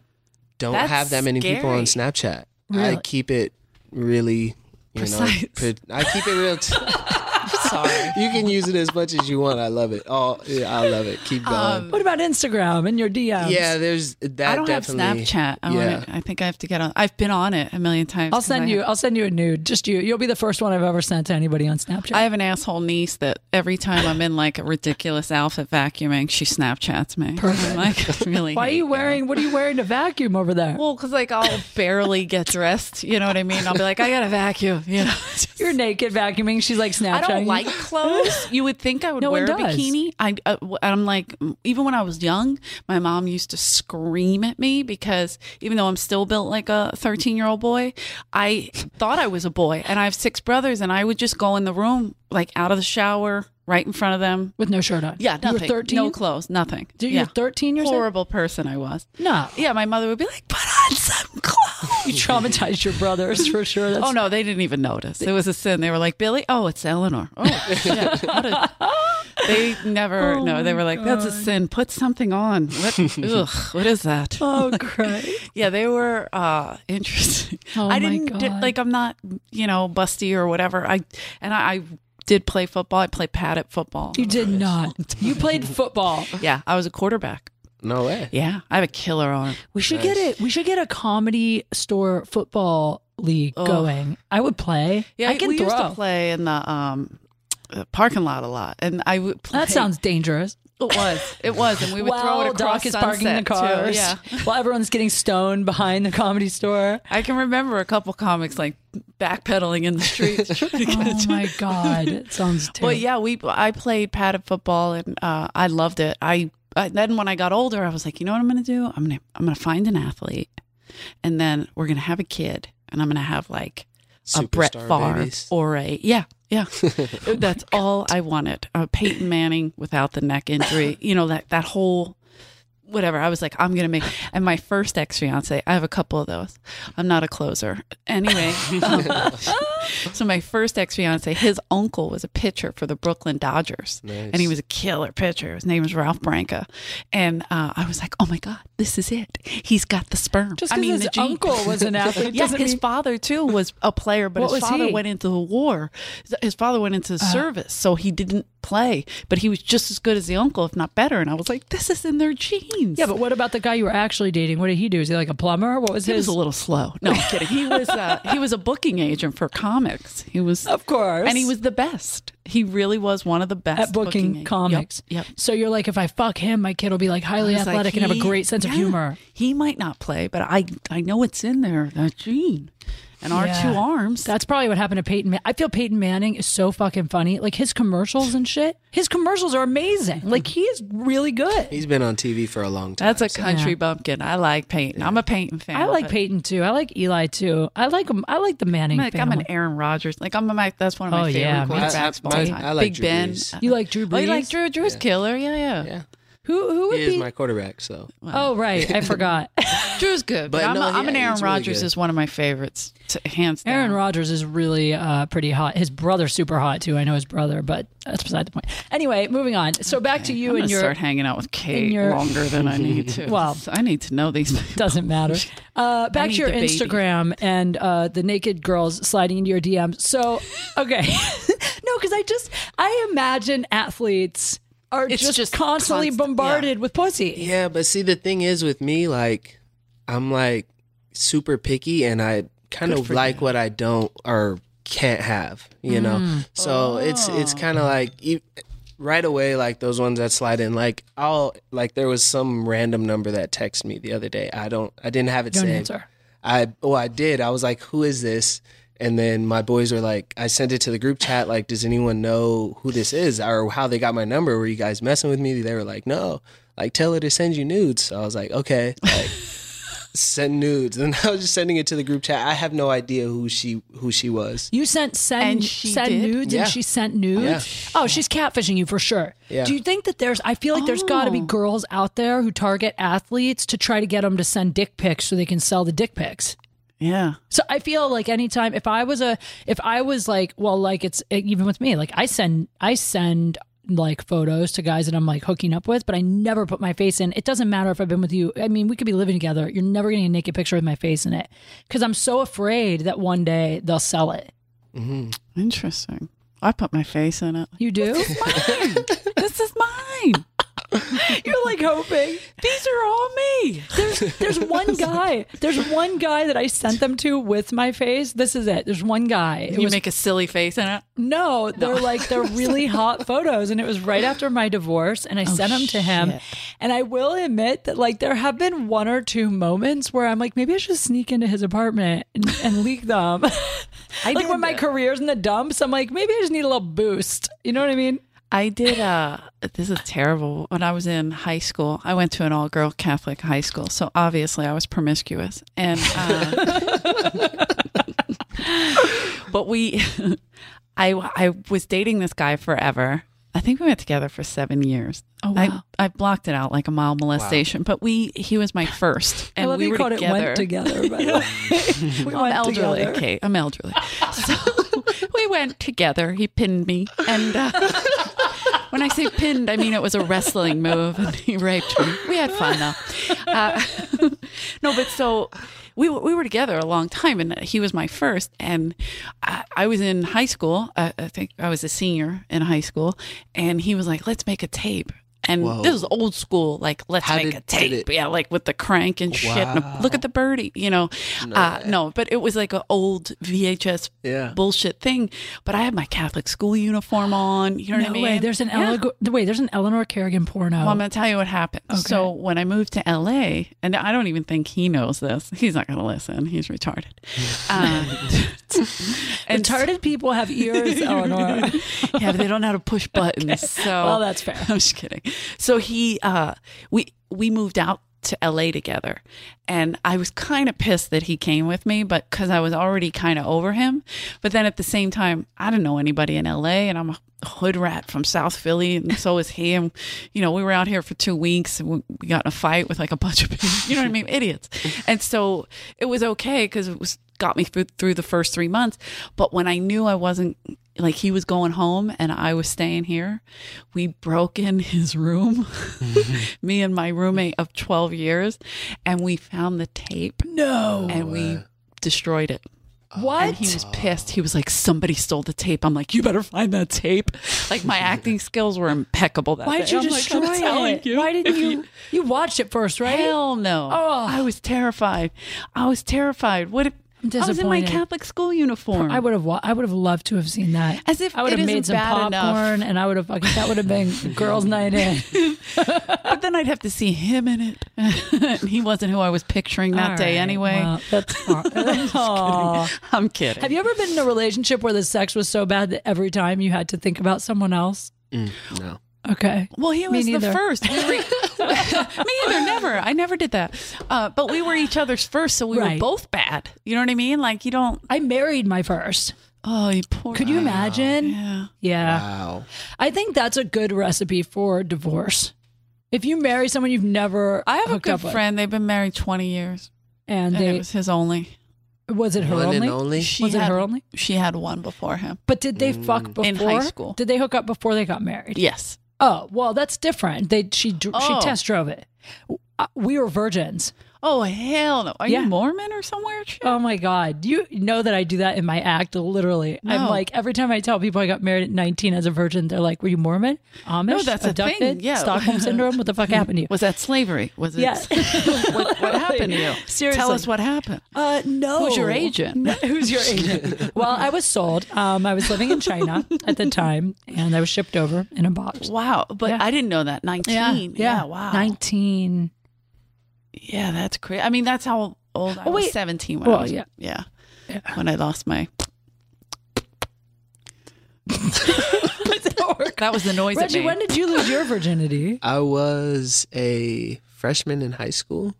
don't That's have that many people on Snapchat. I Really? keep it really, you Precise. know, pre- I keep it real. T- sorry. You can use it as much as you want. I love it. Oh, yeah, I love it. Keep going. What about Instagram and your DMs? yeah, there's that. Um, I don't have definitely, Snapchat. I, yeah, wanna, I think I have to get on. I've been on it a million times. I'll 'cause I send you. have- I'll send you a nude. Just you. You'll be the first one I've ever sent to anybody on Snapchat. I have an asshole niece that every time I'm in like a ridiculous outfit vacuuming, she Snapchats me. I'm like, I really? Why are hate you wearing? What are you wearing to vacuum over there? Well, because like I'll barely get dressed. You know what I mean? I'll be like, I got to vacuum. You know, You're naked vacuuming. She's like Snapchat. I don't like clothes. You would think I would No one wear a does. bikini. I, uh, w- I'm like, even when I was young, my mom used to scream at me because even though I'm still built like a 13 year old boy, I thought I was a boy, and I have six brothers, and I would just go in the room, like out of the shower, right in front of them. with no shirt on. Yeah, you were nothing. 13. No clothes. Nothing. Dude, yeah. You're 13 years old. horrible person I was. No, Yeah, my mother would be like, put on some clothes. you traumatized your brothers for sure. That's, Oh no, they didn't even notice. It was a sin. They were like, Billy, oh, it's Eleanor. Oh, shit. How did- they never. Oh no, they were like, that's a sin. Put something on. What? ugh, what is that? Oh great. Yeah, they were uh interesting. Oh, my I didn't di- God. like. I'm not, you know, busty or whatever. I and I, I did play football. I played padded football. You did not. You played football. Yeah, I was a quarterback. no way. Yeah, I have a killer arm. We should get it. We should get a comedy store football league going. I would play. Yeah, I can we throw. used to play in the um uh, parking lot a lot, and I would. Play. That sounds dangerous. It was. It was, and we would throw While it across Doc is parking the sunset cars. Too. Yeah, While everyone's getting stoned behind the comedy store. I can remember a couple comics like backpedaling in the streets. trying to Oh catch- my god, it sounds terrible. But yeah, we I played padded football and uh, I loved it. I, I then when I got older, I was like, you know what I'm gonna do? I'm gonna I'm gonna find an athlete, and then we're gonna have a kid, and I'm gonna have like a Brett Superstar Favre babies. or a yeah. Yeah, that's all I wanted. Uh, Peyton Manning without the neck injury, you know that that whole whatever. I was like, I'm gonna make. And my first ex fiance, I have a couple of those. I'm not a closer anyway. um, so my first ex fiance, his uncle was a pitcher for the Brooklyn Dodgers, and he was a killer pitcher. His name was Ralph Branca, and uh, I was like, oh my god, this is it. He's got the sperm. just I because mean, his the gene. uncle was an athlete Yeah, doesn't his mean father too was a player, but What his was father he? Uh. went into the war. His father went into the service, so he didn't play, but he was just as good as the uncle, if not better. And I was like, this is in their genes. Yeah, but what about the guy you were actually dating? What did he do? Is he like a plumber? What was he his? was a little slow. No, I'm kidding. He was uh, he was a booking agent for comics. He was, of course. and he was the best. He really was one of the best at booking, ag- comics. Yep. yep. So you're like, if I fuck him, my kid will be like highly I was like, Oh, athletic and have a he- great sense of yeah, humor. He might not play, but I I know it's in there that gene, and our Yeah. two arms. That's probably what happened to Peyton. Man- I feel Peyton Manning is so fucking funny. Like his commercials and shit. His commercials are Mm-hmm. amazing. Like he is really good. He's been on TV for a long time. That's a country bumpkin. I like Peyton. I'm a Peyton fan. I like but Peyton too. I like Eli too. I like him. I like the Manning I'm like I'm an family. Aaron Rodgers. Like I'm a, my that's one of Oh, my favorite yeah, me I, I, quarterbacks of all my- time. I like Big Drew Ben. Brees. you like Drew Brees? Oh, you like Drew? Drew's killer. Yeah, yeah. Yeah. Who who would He is be? my quarterback. So oh right, I forgot. Drew's good, but, But I'm, no, a, I'm yeah, an Aaron he's really Rodgers good. is one of my favorites, t- hands down. Aaron Rodgers is really uh, pretty hot. His brother's super hot too. I know his brother, but that's beside the point. Anyway, moving on. So back to you I'm and gonna your start hanging out with Kate your- longer than I need to. Well- I need to know these. people. Doesn't matter. Uh, back to need your the baby. Instagram and uh, the naked girls sliding into your DMs. So, okay. no, because I just, I imagine athletes are It's just, just constantly const- bombarded with pussy. yeah, but see, the thing is with me, like, I'm like super picky, and I kind of like what I don't or can't have, you Mm. know. So it's it's kind Oh. of like e- right away, like those ones that slide in. Like I'll like there was some random number that texted me the other day. I don't, I didn't have it Don't saved. answer. I well, I did. I was like, "Who is this?" And then my boys were like, "I sent it to the group chat. Like, does anyone know who this is or how they got my number? Were you guys messing with me?" They were like, "No." Like, tell her to send you nudes. So I was like, "Okay." Like, send nudes. And I was just sending it to the group chat. I have no idea who she who she was. You sent send And she send did? nudes Yeah. and she sent nudes. Oh, she's catfishing you for sure. Yeah. Do you think that there's? I feel like there's got to Oh. be girls out there who target athletes to try to get them to send dick pics so they can sell the dick pics. yeah, So I feel like anytime if I was a if I was like well like it's even with me like I send I send like photos to guys that I'm like hooking up with but I never put my face in. It doesn't matter if I've been with you. I mean, we could be living together. You're never getting a naked picture with my face in it cuz I'm so afraid that one day they'll sell it. interesting. I put my face in it. You do? this is mine. You're like hoping. These are all me. There's there's one guy. There's one guy that I sent them to with my face. This is it. There's one guy. It you was make a silly face in it. No, they're like they're really hot photos, and it was right after my divorce, and I sent them to him. shit. And I will admit that like there have been one or two moments where I'm like, maybe I should sneak into his apartment and, and leak them. like when my career's in the dumps, I'm like, maybe I just need a little boost. You know what I mean? I did. Uh, this is terrible. When I was in high school, I went to an all-girl Catholic high school, so obviously I was promiscuous. And uh, but we, I, I was dating this guy forever. I think we went together for seven years. Oh wow. I, I blocked it out like a mild molestation, but we he was my first, and I love we you were called together. it went together. By the way. we I'm went elderly, together. Kate. I'm elderly. So we went together. He pinned me, and uh, when I say pinned, I mean it was a wrestling move, and he raped me. We had fun though. Uh, no, but so we were- we were together a long time, and he was my first, and I, I was in high school. I, I think I was a senior in high school, and he was like, "Let's make a tape." And Whoa. this is old school, like let's How make did- a did tape, it- yeah, like with the crank and shit. and a- look at the birdie, you know. No, uh, no but it was like an old VHS Yeah. bullshit thing. But I had my Catholic school uniform on. You know what I No mean? way. There's an Yeah. Ele- wait. There's an Eleanor Kerrigan porno. Well, I'm gonna tell you what happened. So when I moved to LA, and I don't even think he knows this. He's not gonna listen. He's retarded. Uh, and Retarded people have ears, Eleanor. yeah, but they don't know how to push buttons. So Well, that's fair. I'm just kidding. So he, uh, we we moved out to LA together, and I was kind of pissed that he came with me, but because I was already kind of over him. But then at the same time, I didn't know anybody in LA, and I'm a hood rat from South Philly, and so is he. And you know, we were out here for two weeks, and we, we got in a fight with like a bunch of people. You know what I mean, idiots. And so it was okay because it was got me through through the first three months. But when I knew I wasn't like he was going home and I was staying here, we broke in his room, me and my roommate of twelve years, and we found the tape No. and we destroyed it. What? And he was pissed. He was like, "Somebody stole the tape." I'm like, "You better find that tape." Like my acting skills were impeccable that Why'd day. you I'm like, destroy "I'm telling it? you, Why didn't if you? You watched it first, right? Hell no. Oh. I was terrified. I was terrified. What if I was in my disappointed. Catholic school uniform? I would have. Wa- I would have loved to have seen that. As if I would it have isn't made some bad popcorn, enough. and I would have. Like, that would have been girls' night in. but then I'd have to see him in it. And he wasn't who I was picturing that All day right, anyway. well, that's not- Aw. I'm kidding. Have you ever been in a relationship where the sex was so bad that every time you had to think about someone else? No. Okay. Well, he Me was the neither. first. We were, me either, never. I never did that. Uh, but we were each other's first, so we Right. were both bad. You know what I mean? Like you don't. I married my first. Oh, you poor. Could you imagine? Yeah. Yeah. Wow. I think that's a good recipe for divorce. If you marry someone you've never I have a hooked good up with, friend. They've been married twenty years, and, and Oh, they it was his only. was it her One only? and only. Mm. She Was it had, her only? She had one before him. But did they fuck before In high school. Did they hook up before they got married? Yes. Oh, well, that's different. They she dr- Oh. she test drove it. Uh, We were virgins. Oh hell no! Are Yeah. you Mormon or somewhere? Shit. Oh my god, you know that I do that in my act. Literally, I'm No. like every time I tell people I got married at 19 as a virgin, they're like, "Were you Mormon? Amish? No, that's a thing, abducted? yeah. Stockholm syndrome? What the fuck happened to you?" Was that slavery? Was it? Yeah. what, what happened to you? Seriously. Tell us what happened. Uh, no. Who's your agent? No, who's your agent? well, I was sold. Um, I was living in China at the time, and I was shipped over in a box. Wow, but I didn't know that. Nineteen. Yeah. wow. Nineteen. Yeah, that's crazy. I mean, that's how old I Oh, was. wait. Seventeen when Well, I was. yeah. yeah. Yeah. When I lost my. that was the noise. Reggie, it made. when did you lose your virginity? I was a freshman in high school.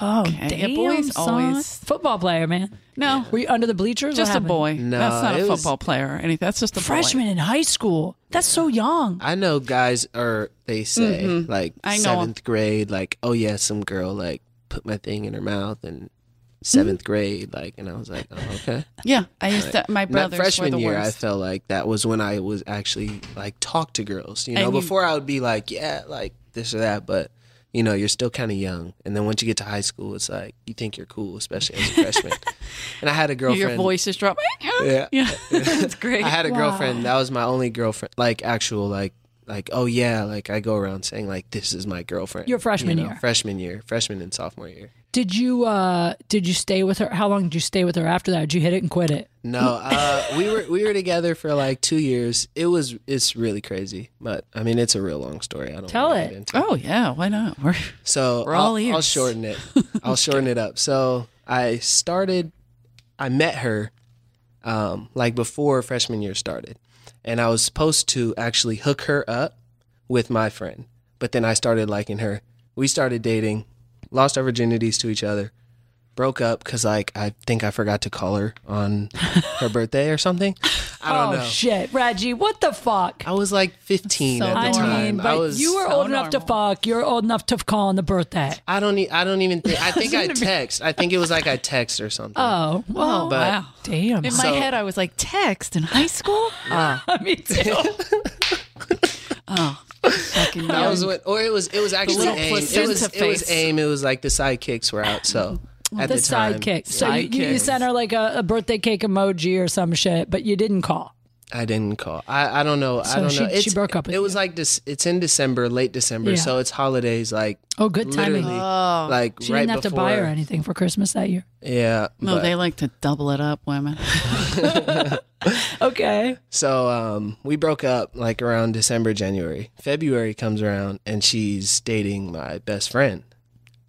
Oh, Okay. damn, Yeah, boys son. always- football player, man. no, Were you under the bleachers? What just a happened? boy. No, that's not a it was- football player or anything. That's just a boy. Freshman in high school. That's so young. I know guys are they say like Mm-hmm. I know 'em. seventh grade, like oh yeah, some girl like put my thing in her mouth and Mm-hmm. 7th grade, like, and I was like, oh, okay. Yeah, I used to. My Not brothers were freshman the year, I worst. felt like that was when I was actually like talk to girls. You know, And you- before I would be like, yeah, like this or that, but you know, you're still kind of young. And then once you get to high school, it's like you think you're cool, especially as a freshman. and I had a girlfriend. Your voice is dropping. Yeah. yeah. it's great. I had a Wow. girlfriend. That was my only girlfriend, like actual, like, like oh yeah, like I go around saying like this is my girlfriend. Your freshman you know, year. freshman year, freshman and sophomore year. Did you uh did you stay with her? How long did you stay with her after that? Did you hit it and quit it? No, uh, we were we were together for like two years. It was it's really crazy, but I mean it's a real long story. I don't Tell wanna it. get into Oh yeah, why not? We're, So We're all I'll, I'll ears. shorten it. I'll shorten it up. So I started, I met her um, like before freshman year started. And I was supposed to actually hook her up with my friend. But then I started liking her. We started dating, lost our virginities to each other, broke up because like I think I forgot to call her on her birthday or something. I don't oh know. shit, Reggie, what the fuck? I was like 15 So at the I normal. time. mean, I but was you were so old enough to normal. fuck. You're old enough to call on the birthday. I don't. E- I don't even. think I think I text. I think it was like I text or something. Oh, well, oh but- wow. damn. In So- my head, I was like, text in high school. Me too. oh, fucking that was young. what, or it was. It was actually little aim. It placenta was, it was face. aim. It was like the sidekicks were out. So at the the, time, sidekick. So you, you Sidekicks. sent her like a, a birthday cake emoji or some shit, but you didn't call. I didn't call. I, I don't know. I So don't she- know. she broke up with it was you. like this. It's in December, late December. Yeah. So it's holidays. Like Oh, good timing. literally, like she right didn't have before. to buy her anything for Christmas that year. Yeah. No, but- they like to double it up, women. Okay. So um, we broke up like around December, January. February comes around, and she's dating my best friend,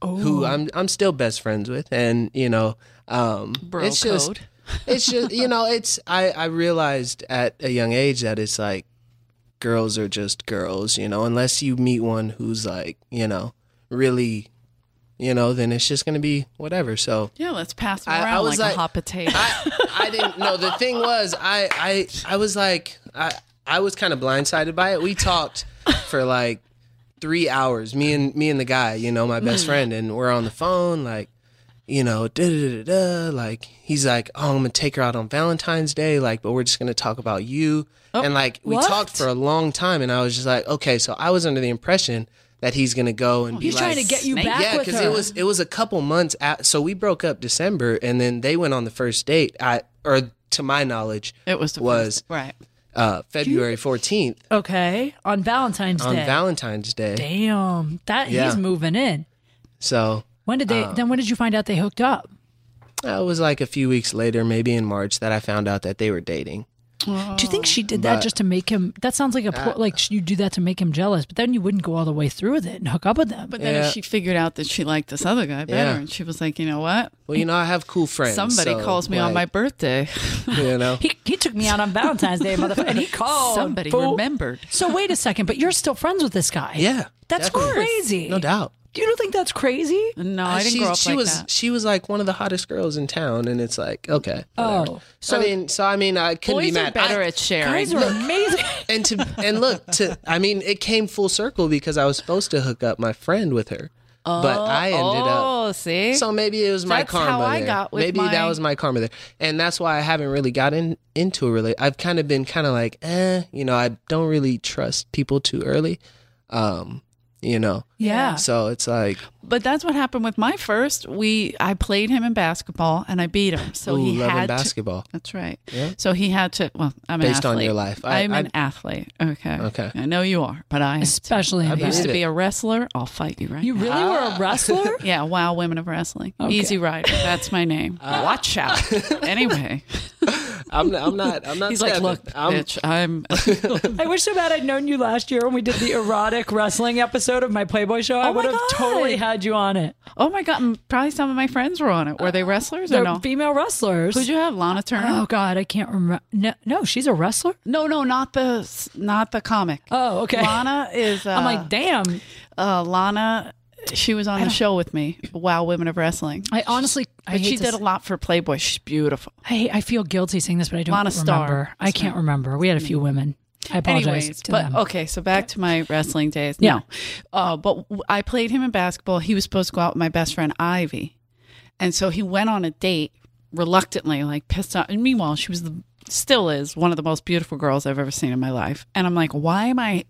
Oh. who I'm I'm still best friends with, and you know, um, Bro it's code. just it's just you know, it's I I realized at a young age that it's like girls are just girls, you know, unless you meet one who's like you know really, you know, then it's just gonna be whatever. So Yeah, let's pass them I- I around was like, like- a hot potato. I, I didn't know. The thing was, I, I, I was like, I, I was kind of blindsided by it. We talked for like three hours. Me and me and the guy, you know, my Mm. best friend, and we're on the phone, like, you know, da da da da. Like he's like, oh, I'm gonna take her out on Valentine's Day, like, but we're just gonna talk about you. Oh, and like we what? talked for a long time, and I was just like, okay, so I was under the impression that he's gonna go Oh, and be He's like, trying to get you snake. back yeah, with because her. it was it was a couple months. At, so we broke up December, and then they went on the first date. I or to my knowledge, it was the was first, right. uh, February fourteenth okay on Valentine's on Day. Valentine's Day. Damn, that Yeah. Uh, he's moving in. So When did they? then when did you find out they hooked up? uh, it was like a few weeks later, maybe in March, that I found out that they were dating. Do you think she did that But- Uh, just to make him? That sounds like a poor, like you do that to make him jealous, but then you wouldn't go all the way through with it and hook up with them. But then Yeah. if she figured out that she liked this other guy better, Yeah. and she was like, you know what? Well, you know, I have cool friends. Somebody so, calls me on my like, birthday. you know. he, he took me out on Valentine's Day, motherfucker, and he called. Somebody fool. remembered. So wait a second, but you're still friends with this guy? Yeah, that's definitely. crazy. No doubt. You don't think that's crazy? No, Oh, I didn't she, grow up Uh, she like was that. she was like one of the hottest girls in town, and it's like okay. whatever. Oh, so I mean, so I mean, I couldn't be Boys are mad. better I- at sharing. Guys are amazing. and to and look to I mean it came full circle because I was supposed to hook up my friend with her, but I ended up. Oh, see, So maybe it was my That's how karma. I there. got with maybe that my- was my karma there, and that's why I haven't really gotten into a really. I've kind of been kind of like, eh, you know, I don't really trust people too early, um, you know. yeah. So it's like, but that's what happened with my first. We I played him in basketball and I beat him, so ooh, he loving had to basketball. That's right. So he had to. Well, I'm Based an on athlete. your life. I- I, am I- an athlete. Okay. Okay. I know you are, but I Especially in I I used believe to it. be a wrestler. I'll fight you right. You now. really were Ah. a wrestler? Yeah. Wow. Women of wrestling. Easy Rider. That's my name. Uh, Watch out. anyway, I'm not. I'm not. I'm not. he's like, stepping. look, I'm, bitch. I'm. I wish so bad I'd known you last year when we did the erotic wrestling episode of Oh my Playboy show. I my would have God. totally had you on it. oh my god. and Probably some of my friends were on it. Uh, Were they wrestlers or They're no? female wrestlers. Who'd you have? Lana Turner. oh God, I can't remember. No, no, she's a wrestler. No, no, not the not the comic. Oh, okay. Lana is. Uh, I'm like, damn. uh, Lana. She was on the show with me. Wow, Women of Wrestling. I honestly, I But hate she to did a s- lot for Playboy. She's beautiful. I, hate- I feel guilty saying this, but I don't Lana remember. Starr. Mm. I can't remember. We had a few women. I apologize Anyways, to but oh, them. okay, so back to my wrestling days. Yeah. No, uh, but w- I played him in basketball. He was supposed to go out with my best friend Ivy, and so he went on a date reluctantly, like pissed off. And meanwhile, she was the still is one of the most beautiful girls I've ever seen in my life. And I'm like, why am I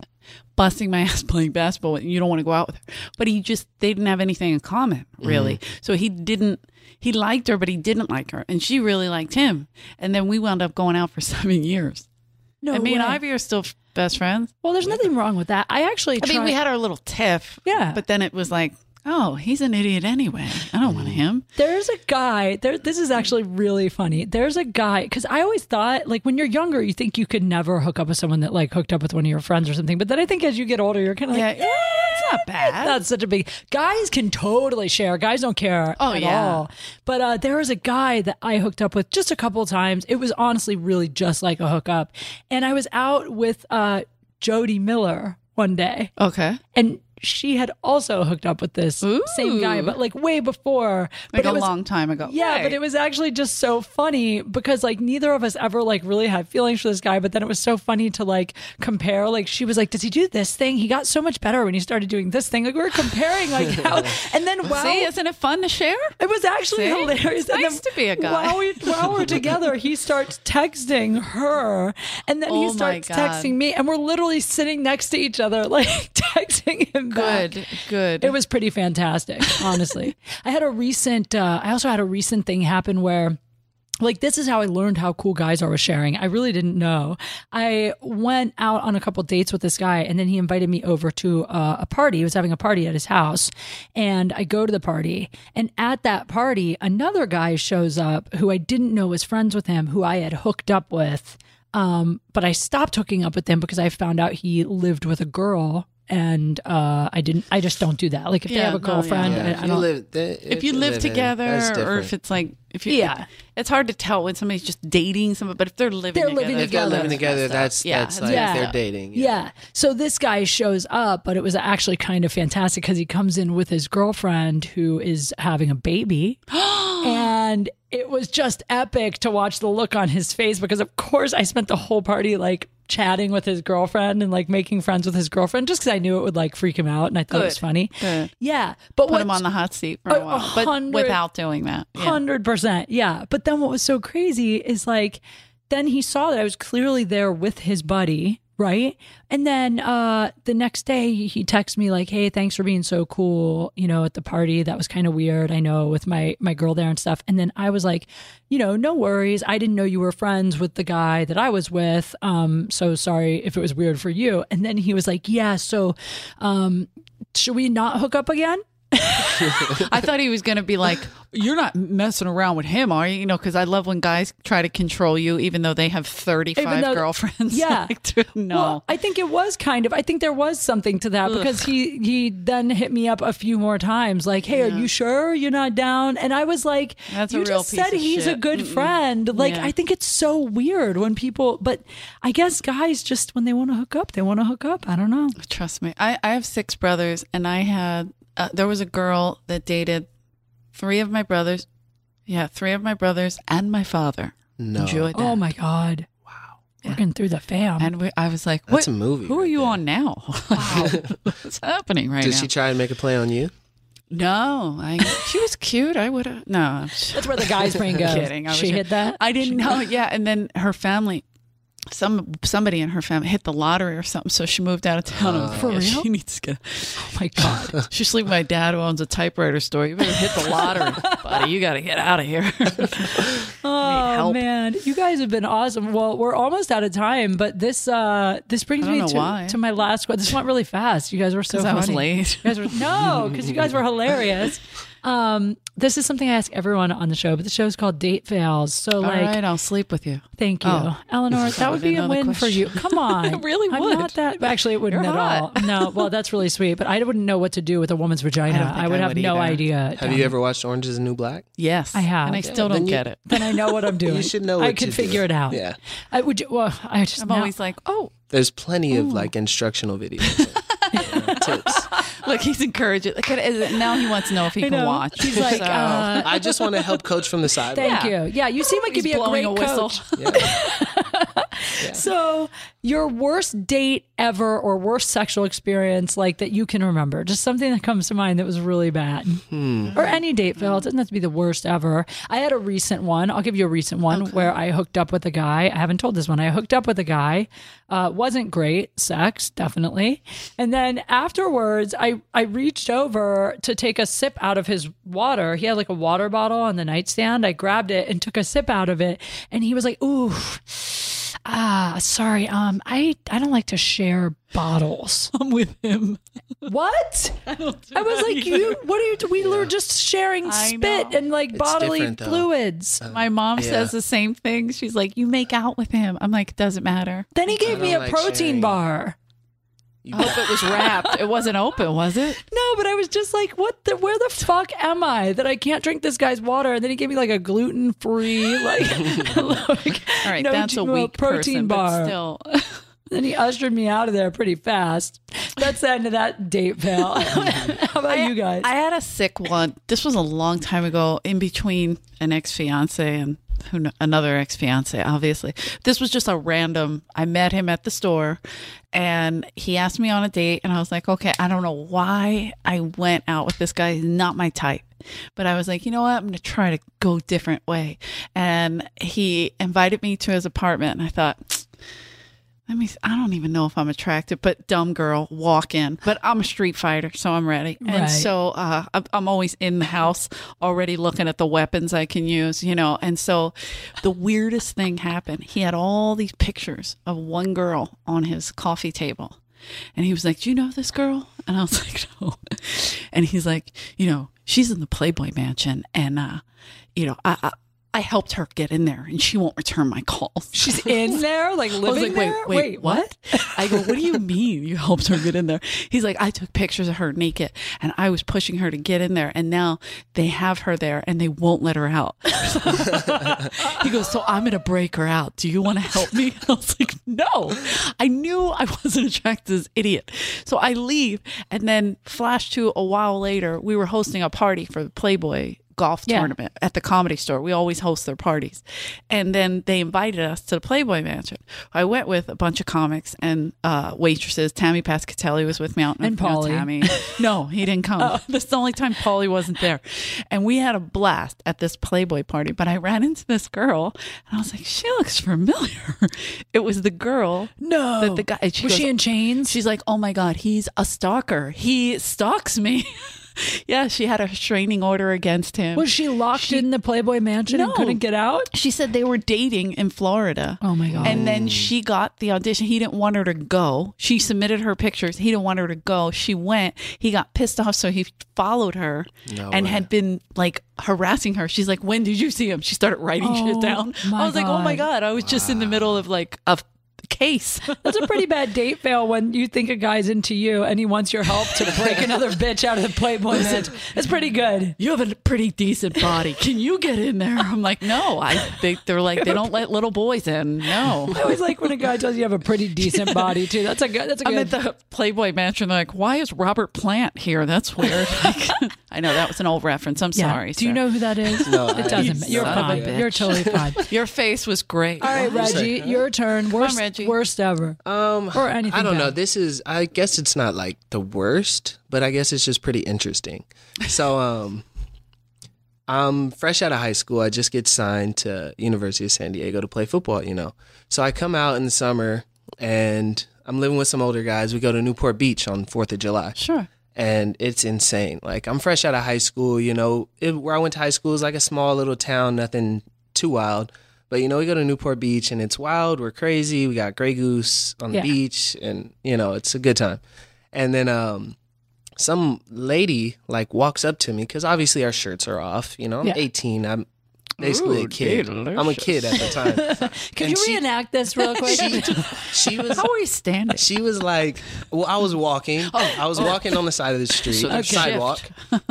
busting my ass playing basketball. with- You don't want to go out with her. But he just, they didn't have anything in common, really. Mm-hmm. So he didn't, he liked her, but he didn't like her. And she really liked him. And then we wound up going out for seven years. No, and me and way. Ivy are still f- best friends. Well, there's nothing wrong with that. I actually, I mean, tried- we had our little tiff. Yeah. But then it was like, oh, he's an idiot anyway. I don't want him. There's a guy. There, this is actually really funny. There's a guy because I always thought, like, when you're younger, you think you could never hook up with someone that like hooked up with one of your friends or something. But then I think as you get older, you're kind of Yeah, like, yeah, it's not bad. That's such a big. Guys can totally share. Guys don't care Oh, at yeah. all. But uh, there was a guy that I hooked up with just a couple of times. It was honestly really just like a hookup, and I was out with uh, Jody Miller one day Okay. and she had also hooked up with this same guy, Ooh. but like way before. Like but it a was- long time ago. Yeah, but it was actually just so funny because like neither of us ever like really had feelings for this guy, but then it was so funny to like compare. Like she was like, "Does he do this thing? He got so much better when he started doing this thing." Like we were comparing like how, and then wow. See, isn't it fun to share? It was actually See? hilarious. It's nice to be a guy. While, we, while we're together, he starts texting her, and then Oh he my starts God. texting me, and we're literally sitting next to each other, like texting him. back. Good, good. It was pretty fantastic, honestly. I had a recent. Uh, I also had a recent thing happen where. Like this is how I learned how cool guys are with sharing. I really didn't know. I went out on a couple dates with this guy, and then he invited me over to uh, a party. He was having a party at his house, and I go to the party. And at that party, another guy shows up who I didn't know was friends with him, who I had hooked up with. Um, but I stopped hooking up with him because I found out he lived with a girl, and uh, I didn't. I just don't do that. Like if they Yeah, have a no, yeah. girlfriend, Yeah, I- I, don't. live, if you live together, or if it's like, if you, Yeah. it's hard to tell when somebody's just dating someone, but if they're living, They're together, living that's if they're living messed together, up. that's yeah, that's like Yeah. they're dating. Yeah. So this guy shows up, but it was actually kind of fantastic because he comes in with his girlfriend who is having a baby. and it was just epic to watch the look on his face because, of course, I spent the whole party like chatting with his girlfriend and like making friends with his girlfriend just because I knew it would like freak him out and I thought it was Good. funny. Good. Yeah. But put what him on the hot seat for A- a a while, but hundred- without doing that. Yeah. Hundred percent, yeah. But then what was so crazy is like, then he saw that I was clearly there with his buddy, right? And then uh, the next day he texts me like, "Hey, thanks for being so cool, you know, at the party. That was kind of weird, I know, with my my girl there and stuff." And then I was like, you know, no worries. I didn't know you were friends with the guy that I was with. Um, so sorry if it was weird for you. And then he was like, "Yeah, so um, should we not hook up again?" I thought he was going to be like, "You're not messing around with him, are you?" You know, because I love when guys try to control you, even though they have Even thirty-five though- girlfriends. Yeah. Like, dude, no. Well, I think it was kind of. I think there was something to that because he he then hit me up a few more times, like, "Hey, are you sure you're not down?" And I was like, That's a "You real just piece said of he's a shit. good Mm-mm. friend." Like, Yeah. I think it's so weird when people, but I guess guys just when they want to hook up, they want to hook up. I don't know. Trust me. I, I have six brothers, and I had, uh, there was a girl that dated three of my brothers. Yeah, three of my brothers and my father. No. Enjoyed that. Oh my god! Wow, working through the fam. And we, I was like, That's what? a movie Who are right you there. on now? What's happening right Did now? she try and make a play on you? no, I, she was cute. I would have. No, I'm just That's where the guy's brain goes. kidding. I was Oh, she just- hit that. I didn't know. Yeah, and then her family, some somebody in her family hit the lottery or something, so she moved out of town. I was like, Oh. For "Yeah, real? She needs to get. oh my god! She's like my dad who owns a typewriter store. You better hit the lottery, buddy. You got to get out of here. Oh help. man, you guys have been awesome. Well, we're almost out of time, but this uh this brings I don't me know to, why. to my last question. This went really fast. You guys were so Because I was funny. late. You guys were no, because you guys were hilarious. Um, this is something I ask everyone on the show, but the show is called Date Fails. So All like, right, I'll sleep with you. thank you, Oh. Eleanor. That would be a Another win for you. Come on, It really I'm would. not that. Actually, it wouldn't You're at hot. all. No, well, that's really sweet, but I wouldn't know what to do with a woman's I don't vagina. think I, would I have would no either. idea. Have you ever watched Orange Is the New Black? Yes, I have. and I still Yeah, don't then you- get it. Then I know what I'm doing. You should know. What I can to figure it do. out. Yeah, I would. Well, I just. I'm now- always like, oh, there's plenty of like instructional videos, and tips. look, he's encouraging. Look, is it- now he wants to know if he I can know. watch. He's like, So- uh, I just want to help coach from the side. thank Yeah. you. Yeah, you seem like He's you'd be a blowing great a whistle. coach. Yeah. So, your worst date ever or worst sexual experience, like that you can remember, just something that comes to mind that was really bad, or any date, Phil. It doesn't have to be the worst ever. I had a recent one. I'll give you a recent one where I hooked up with a guy. I haven't told this one. I hooked up with a guy. Uh, wasn't great sex, definitely. And then afterwards, I I reached over to take a sip out of his water. He had like a water bottle on the nightstand. I grabbed it and took a sip out of it, and he was like, "Ooh." ah sorry um i i don't like to share bottles I'm with him. what i, was like you what are you we were just sharing I spit know. and like bodily different, though. Uh, fluids My mom Yeah. says the same thing. She's like, "You make out with him." I'm like, "Doesn't matter." then he gave me don't a like protein sharing. bar You I hope it was wrapped. It wasn't open, was it? no but i was just like what the where the fuck am i that i can't drink this guy's water and then he gave me like a gluten-free like, like All right, no that's a GMO weak protein person, bar But still, then he ushered me out of there pretty fast that's the end of that date pal how about you guys I had a sick one. This was a long time ago, in between an ex fiance and who kn- another ex fiance. Obviously, this was just a random. I met him at the store, and he asked me on a date, and I was like, "Okay, I don't know why I went out with this guy. He's not my type." But I was like, you know what? I'm going to try to go a different way. And he invited me to his apartment, and I thought, let me i don't even know if i'm attractive but dumb girl walk in but i'm a street fighter so i'm ready Right. and so uh, I'm- i'm always in the house already looking at the weapons i can use you know and so the weirdest thing happened he had all these pictures of one girl on his coffee table and he was like do you know this girl and i was like no and he's like you know she's in the playboy mansion and uh you know i, I I helped her get in there and she won't return my calls. She's in there, like I was living like, there? wait, wait, what? I go, what do you mean you helped her get in there? He's like, I took pictures of her naked and I was pushing her to get in there. And now they have her there and they won't let her out. he goes, so I'm going to break her out. Do you want to help me? I was like, no, I knew I wasn't attracted to this idiot. So I leave. And then flash to a while later, we were hosting a party for the Playboy golf Yeah. tournament tournament at the comedy store. We always host their parties. And then they invited us to the Playboy Mansion. I went with a bunch of comics and uh, waitresses. Tammy Pascatelli was with me. Out And Pauly. Tammy. No, he didn't come. Oh. This is the only time Paulie wasn't there. And we had a blast at this Playboy party. But I ran into this girl and I was like, she looks familiar. It was the girl No. that the guy. and she was goes, she in chains? She's like, oh my God, he's a stalker. He stalks me. yeah, she had a restraining order against him. was she locked in the Playboy mansion and No. couldn't get out? She said they were dating in Florida. Oh my God. And then she got the audition. He didn't want her to go. She submitted her pictures. He didn't want her to go. She went. He got pissed off, so he followed her No and way. had been like harassing her. She's like, "When did you see him?" She started writing Oh shit down. my I was like, "Oh my God. god!" I was just in the middle of like a f- case. That's a pretty bad date fail when you think a guy's into you and he wants your help to break another bitch out of the Playboy mansion. That's pretty good. you have a pretty decent body. Can you get in there? I'm like, no. I they, they're like they don't let little boys in. No. I always like when a guy tells you you have a pretty decent body too. That's a good. That's a I'm good. at the Playboy Mansion. They're like, why is Robert Plant here? That's weird. Like, I know that was an old reference. I'm Yeah. sorry. Do you sir. know who that is? No, I- it doesn't. matter. you You're son of a fine. bitch. You're totally fine. Your face was great. All right, Reggie, your turn. Worst, Reggie. worst ever. Um, Or anything I don't know. bad. This is. I guess it's not like the worst, but I guess it's just pretty interesting. So, um, I'm fresh out of high school. I just get signed to University of San Diego to play football. You know, so I come out in the summer and I'm living with some older guys. We go to Newport Beach on Fourth of July Sure. and it's insane. Like I'm fresh out of high school, you know. It, where I went to high school is like a small little town, nothing too wild. But you know, we go to Newport Beach and it's wild. We're crazy. We got Grey Goose on the Yeah. beach, and you know, it's a good time. And then um, some lady like walks up to me because obviously our shirts are off. You know, I'm Yeah. 18. I'm basically a kid. I'm a kid at the time. Could and you she- reenact this real quick? she, she was How are you standing? she was like, well, I was walking. Oh. I was walking on the side of the street, So there's sidewalk,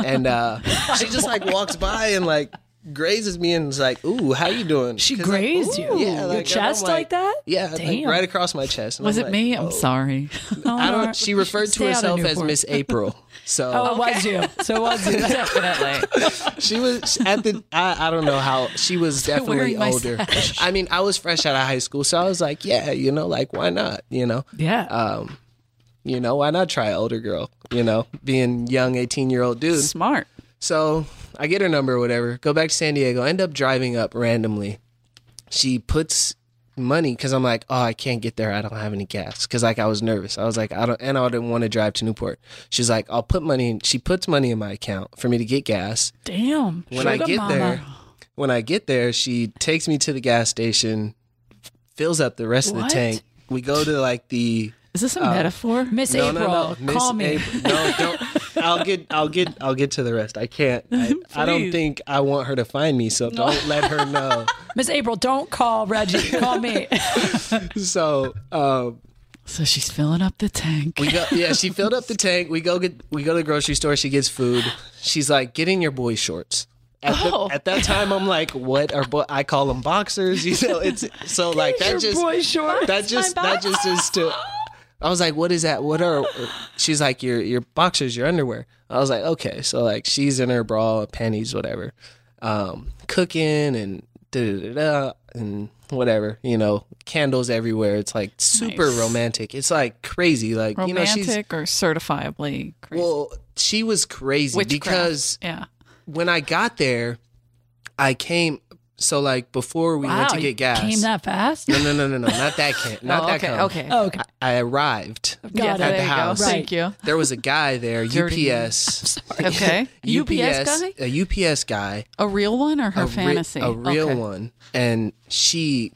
and uh, she just like walks by and like grazes me and is like, "Ooh, how you doing?" She 'Cause, like, grazed you. Yeah, Your like, and I'm chest like, that? Yeah, like, Damn. right across my chest. And Was I'm it like, me? I'm "Oh." sorry. I don't. She referred to Stay out of herself as Newport. Miss April. So Oh, it was you. So it was you. Definitely. she was at the. I, I don't know how she was definitely wearing my older. I mean, I was fresh out of high school, so I was like, yeah, you know, like why not? You know, Yeah. Uh, you know, why not try older girl? You know, being young, eighteen year old dude. Smart. So I get her number or whatever, go back to San Diego, end up driving up randomly. She puts money because I'm like, oh, I can't get there. I don't have any gas. Cause like I was nervous. I was like, I don't, and I didn't want to drive to Newport. She's like, I'll put money in. She puts money in my account for me to get gas. Damn. When I Sugar get mama. there, when I get there, she takes me to the gas station, fills up the rest of What? the tank. We go to like the Is this a uh, metaphor? Miss no, April, no, no. Miss call me. April. No, don't. I'll get. I'll get. I'll get to the rest. I can't. I, I don't Please. think I want her to find me. So don't let her know. Miss April, don't call Reggie. Call me. So um, So she's filling up the tank. we go. Yeah, she filled up the tank. We go. Get. We go to the grocery store. She gets food. She's like, "Get in your boy shorts." At, the- Oh. at that time, I'm like, "What are boy?" I call them boxers. You know, it's so like that just boy shorts, that just my that just is to. I was like, "What is that? What are?" She's like, "Your your boxers, your underwear." I was like, "Okay." So like, she's in her bra, panties, whatever, um, cooking and da da da and whatever. You know, candles everywhere. It's like super Nice. romantic. It's like crazy. Like Romantic you know, she's or certifiably crazy. well, she was crazy Witchcraft. because yeah. when I got there, I came. So like before we Wow, went to you get gas. Came that fast? no, no, no, no, no, not that camp. Not Oh, that okay, camp. okay. Oh, okay. I arrived. yeah, Got at it. the there you house. go. Right. Thank you. There was a guy there, Dirty. UPS. Okay. UPS guy? A UPS guy. A real one or her a re- fantasy? a real Okay. one. And she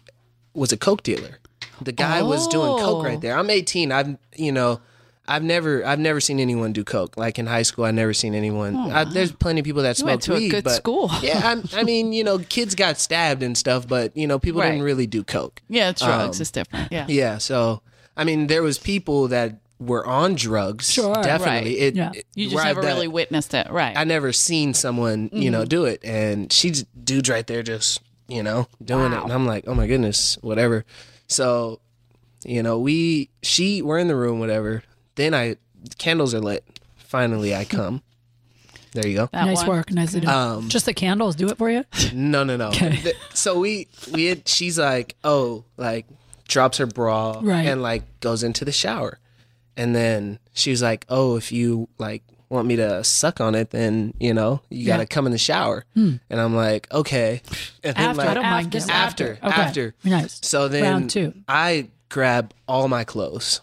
was a Coke dealer. The guy was doing Coke Oh. right there. I'm 18. I've, you know, I've never, I've never seen anyone do Coke. Like in high school, I never seen anyone. I, there's plenty of people that went smoked to a weed, good but- school. yeah, I'm, I mean, you know, kids got stabbed and stuff, but you know, people Right. didn't really do Coke. Yeah, Um, drugs is different. Yeah. Yeah, so I mean, there was people that were on drugs. Sure. definitely. Right. It, Yeah. it- You just where never I've done- really witnessed it. Right. I never seen someone you know do it, and she's dudes right there just you know doing it, and I'm like, oh my goodness, whatever. So, you know, we she we're in the room, whatever. Then I candles are lit. Finally, I come. there you go. That nice one. work. Nicely done. Um, Just the candles do it for you. No, no, no. Th- So we we had, she's like, oh, like drops her bra Right. and like goes into the shower, and then she was like, oh, if you like want me to suck on it, then you know you got to come in the shower, and I'm like, okay, and then, Hmm. After, like, I don't mind. Just after, Okay. after. Nice. So then Round two. I grab all my clothes,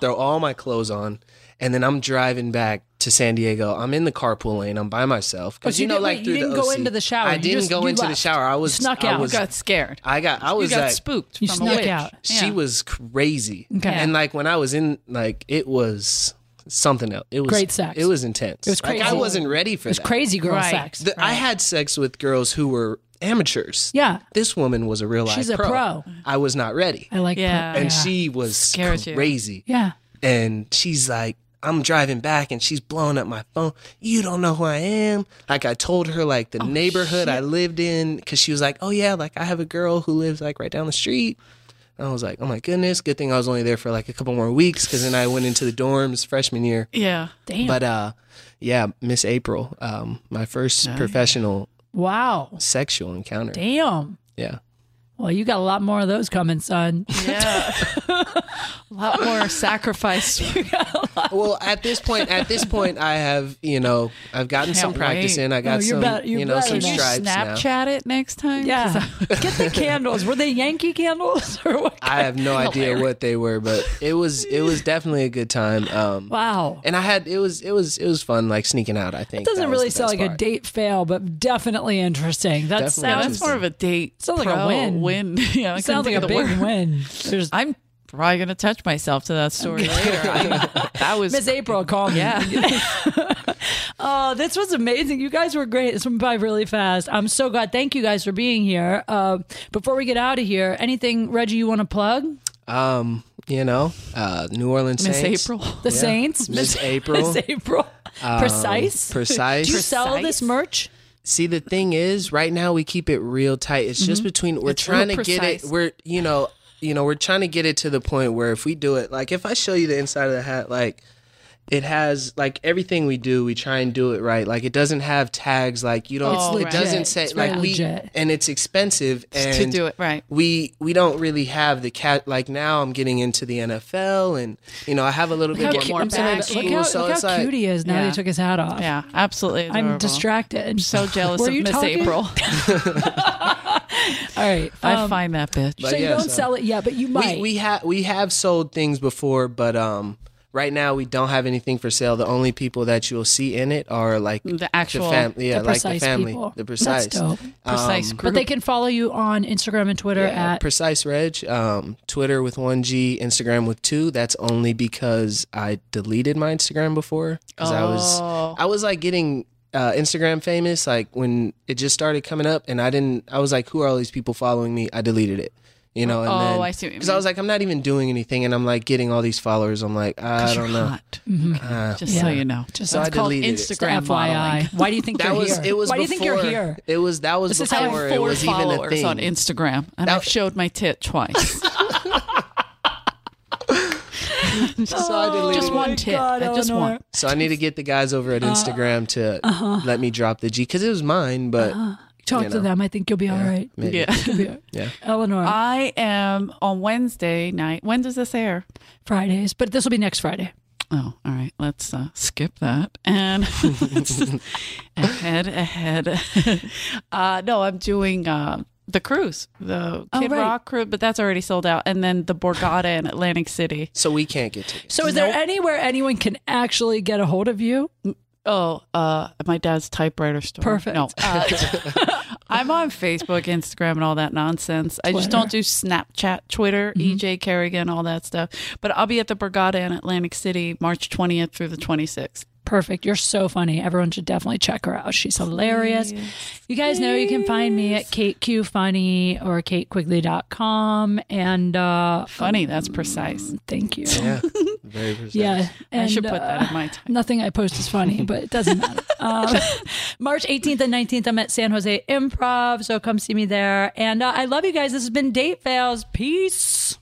throw all my clothes on, and then I'm driving back to San Diego. I'm in the carpool lane. I'm by myself But you didn't- wait, you didn't go into the shower. I You didn't just- go you into the left. shower. I was Snuck I out. was- You got scared. I got. I You was got like, spooked. You from snuck a witch. out. she Yeah. was crazy. Okay. And like when I was in, like it was something else. It was Great sex. It was intense. It was Like I crazy. wasn't ready for It's that. crazy girl Right. sex. The- I had sex with girls who were amateurs. yeah. This woman was a real life She's a pro. I was not ready. I like Yeah. that. and she was Scared you. crazy. Yeah. And she's like, I'm driving back and she's blowing up my phone. You don't know who I am. Like I told her like Oh, the neighborhood I lived in cuz she was like, "Oh yeah, like I have a girl who lives like right down the street." And I was like, "Oh my goodness, good thing I was only there for like a couple more weeks cuz then I went into the dorms freshman year." Yeah. Damn. But uh yeah, Miss April, um my first professional wow. sexual encounter. Damn. Yeah. Well, you got a lot more of those coming, son. Yeah. a lot more sacrifice. Well, at this point, at this point, I have you know I've gotten Can't some practice wait. in. I got Oh, you're some bet- you're you know some better now. stripes Snapchat now. it next time. 'Cause Yeah. Get the candles. Were they Yankee candles or what? I have no idea what they were, but it was it was definitely a good time. Um, Wow. and I had it was it was it was fun like sneaking out. I think It doesn't That was really the sound best like a part. date fail, but definitely interesting. That Definitely I- sounds That's more of a date. Sounds like a pro win. Win. Yeah. I couldn't sounds like think a of the big word. win. There's I'm probably gonna touch myself to that story later. I, that was Miss April called me. yeah. Oh, this was amazing. You guys were great. This went by really fast. I'm so glad. Thank you guys for being here. Uh, before we get out of here, anything, Reggie, you want to plug? Um, you know, uh, New Orleans Miss Saints. April. The Saints? Oh, Miss April. Um, Miss April. precise. Precise. Do you sell this merch? See, the thing is, right now we keep it real tight. It's just Mm-hmm. between we're It's real trying to get it. precise. We're you know you know we're trying to get it to the point where if we do it, like if I show you the inside of the hat, like it has like everything we do, we try and do it right. Like it doesn't have tags. Like you don't. It's it legit. doesn't say It's like very we legit. and it's expensive and to do it right. we we don't really have the cat like now I'm getting into the NFL and you know I have a little Look bit how, more I'm sorry, back but look school, how, so look it's how like cute he is now that Yeah. he took his hat off. Yeah, absolutely. I'm adorable. distracted. So jealous Were of you Miss talking? April. All right. I um, find that bitch. But so you yeah, don't so- sell it yet, but you might. we we have we have sold things before, but um right now we don't have anything for sale. The only people that you'll see in it are like The actual- fam- yeah, the like the precise family, people. the That's precise, dope. um, precise group. but they can follow you on Instagram and Twitter Yeah, at Uh, precise Reg, um, Twitter with one G, Instagram with two. That's only because I deleted my Instagram before because I Oh. was I was like getting uh, Instagram famous like when it just started coming up, and I didn't. I was like, who are all these people following me? I deleted it. You know, and Oh, then, I see what you Because I mean. was like, I'm not even doing anything, and I'm like getting all these followers. I'm like, I don't know. Hot. Just Mm-hmm. so Yeah. you know. Just So it's I called deleted it. Instagram Instagram modeling. FYI. Why do you think That you're was here? it was Why before. do you think you're here? It was that was This is how I before have it four was even a followers thing. on Instagram, and I've showed my tit twice. so I deleted just it. one Uh, tit. I just Eleanor. one. So I need to get the guys over at Instagram to uh-huh. let me drop the G because it was mine, but Talk you to know. Uh, them. I think you'll be all right. maybe. Yeah. You'll be all right. Yeah. Eleanor, I am on Wednesday night. When does this air? Fridays, but this will be next Friday. Oh, all right. Let's uh, skip that and ahead, ahead. uh, no, I'm doing uh, the cruise, the Oh, Kid right. Rock cruise, but that's already sold out. And then the Borgata in Atlantic City. So we can't get tickets. So, is there anywhere anyone can actually get a hold of you? Oh, uh, my dad's typewriter store. Perfect. No, uh, I'm on Facebook, Instagram, and all that nonsense. I just don't do Snapchat, Twitter, Mm-hmm. EJ Kerrigan, all that stuff. But I'll be at the Borgata in Atlantic City, March 20th through the 26th. Perfect. You're so funny. Everyone should definitely check her out. She's hilarious. You guys know you can find me at kateqfunny or katequigley.com. And uh, Funny, that's precise. thank you. yeah. Very precise. Yeah. And, I should put that uh, in my time. Nothing I post is funny, but it doesn't matter. Um, March 18th and 19th, I'm at San Jose Improv, so come see me there. And uh, I love you guys. This has been Date Fails. Peace.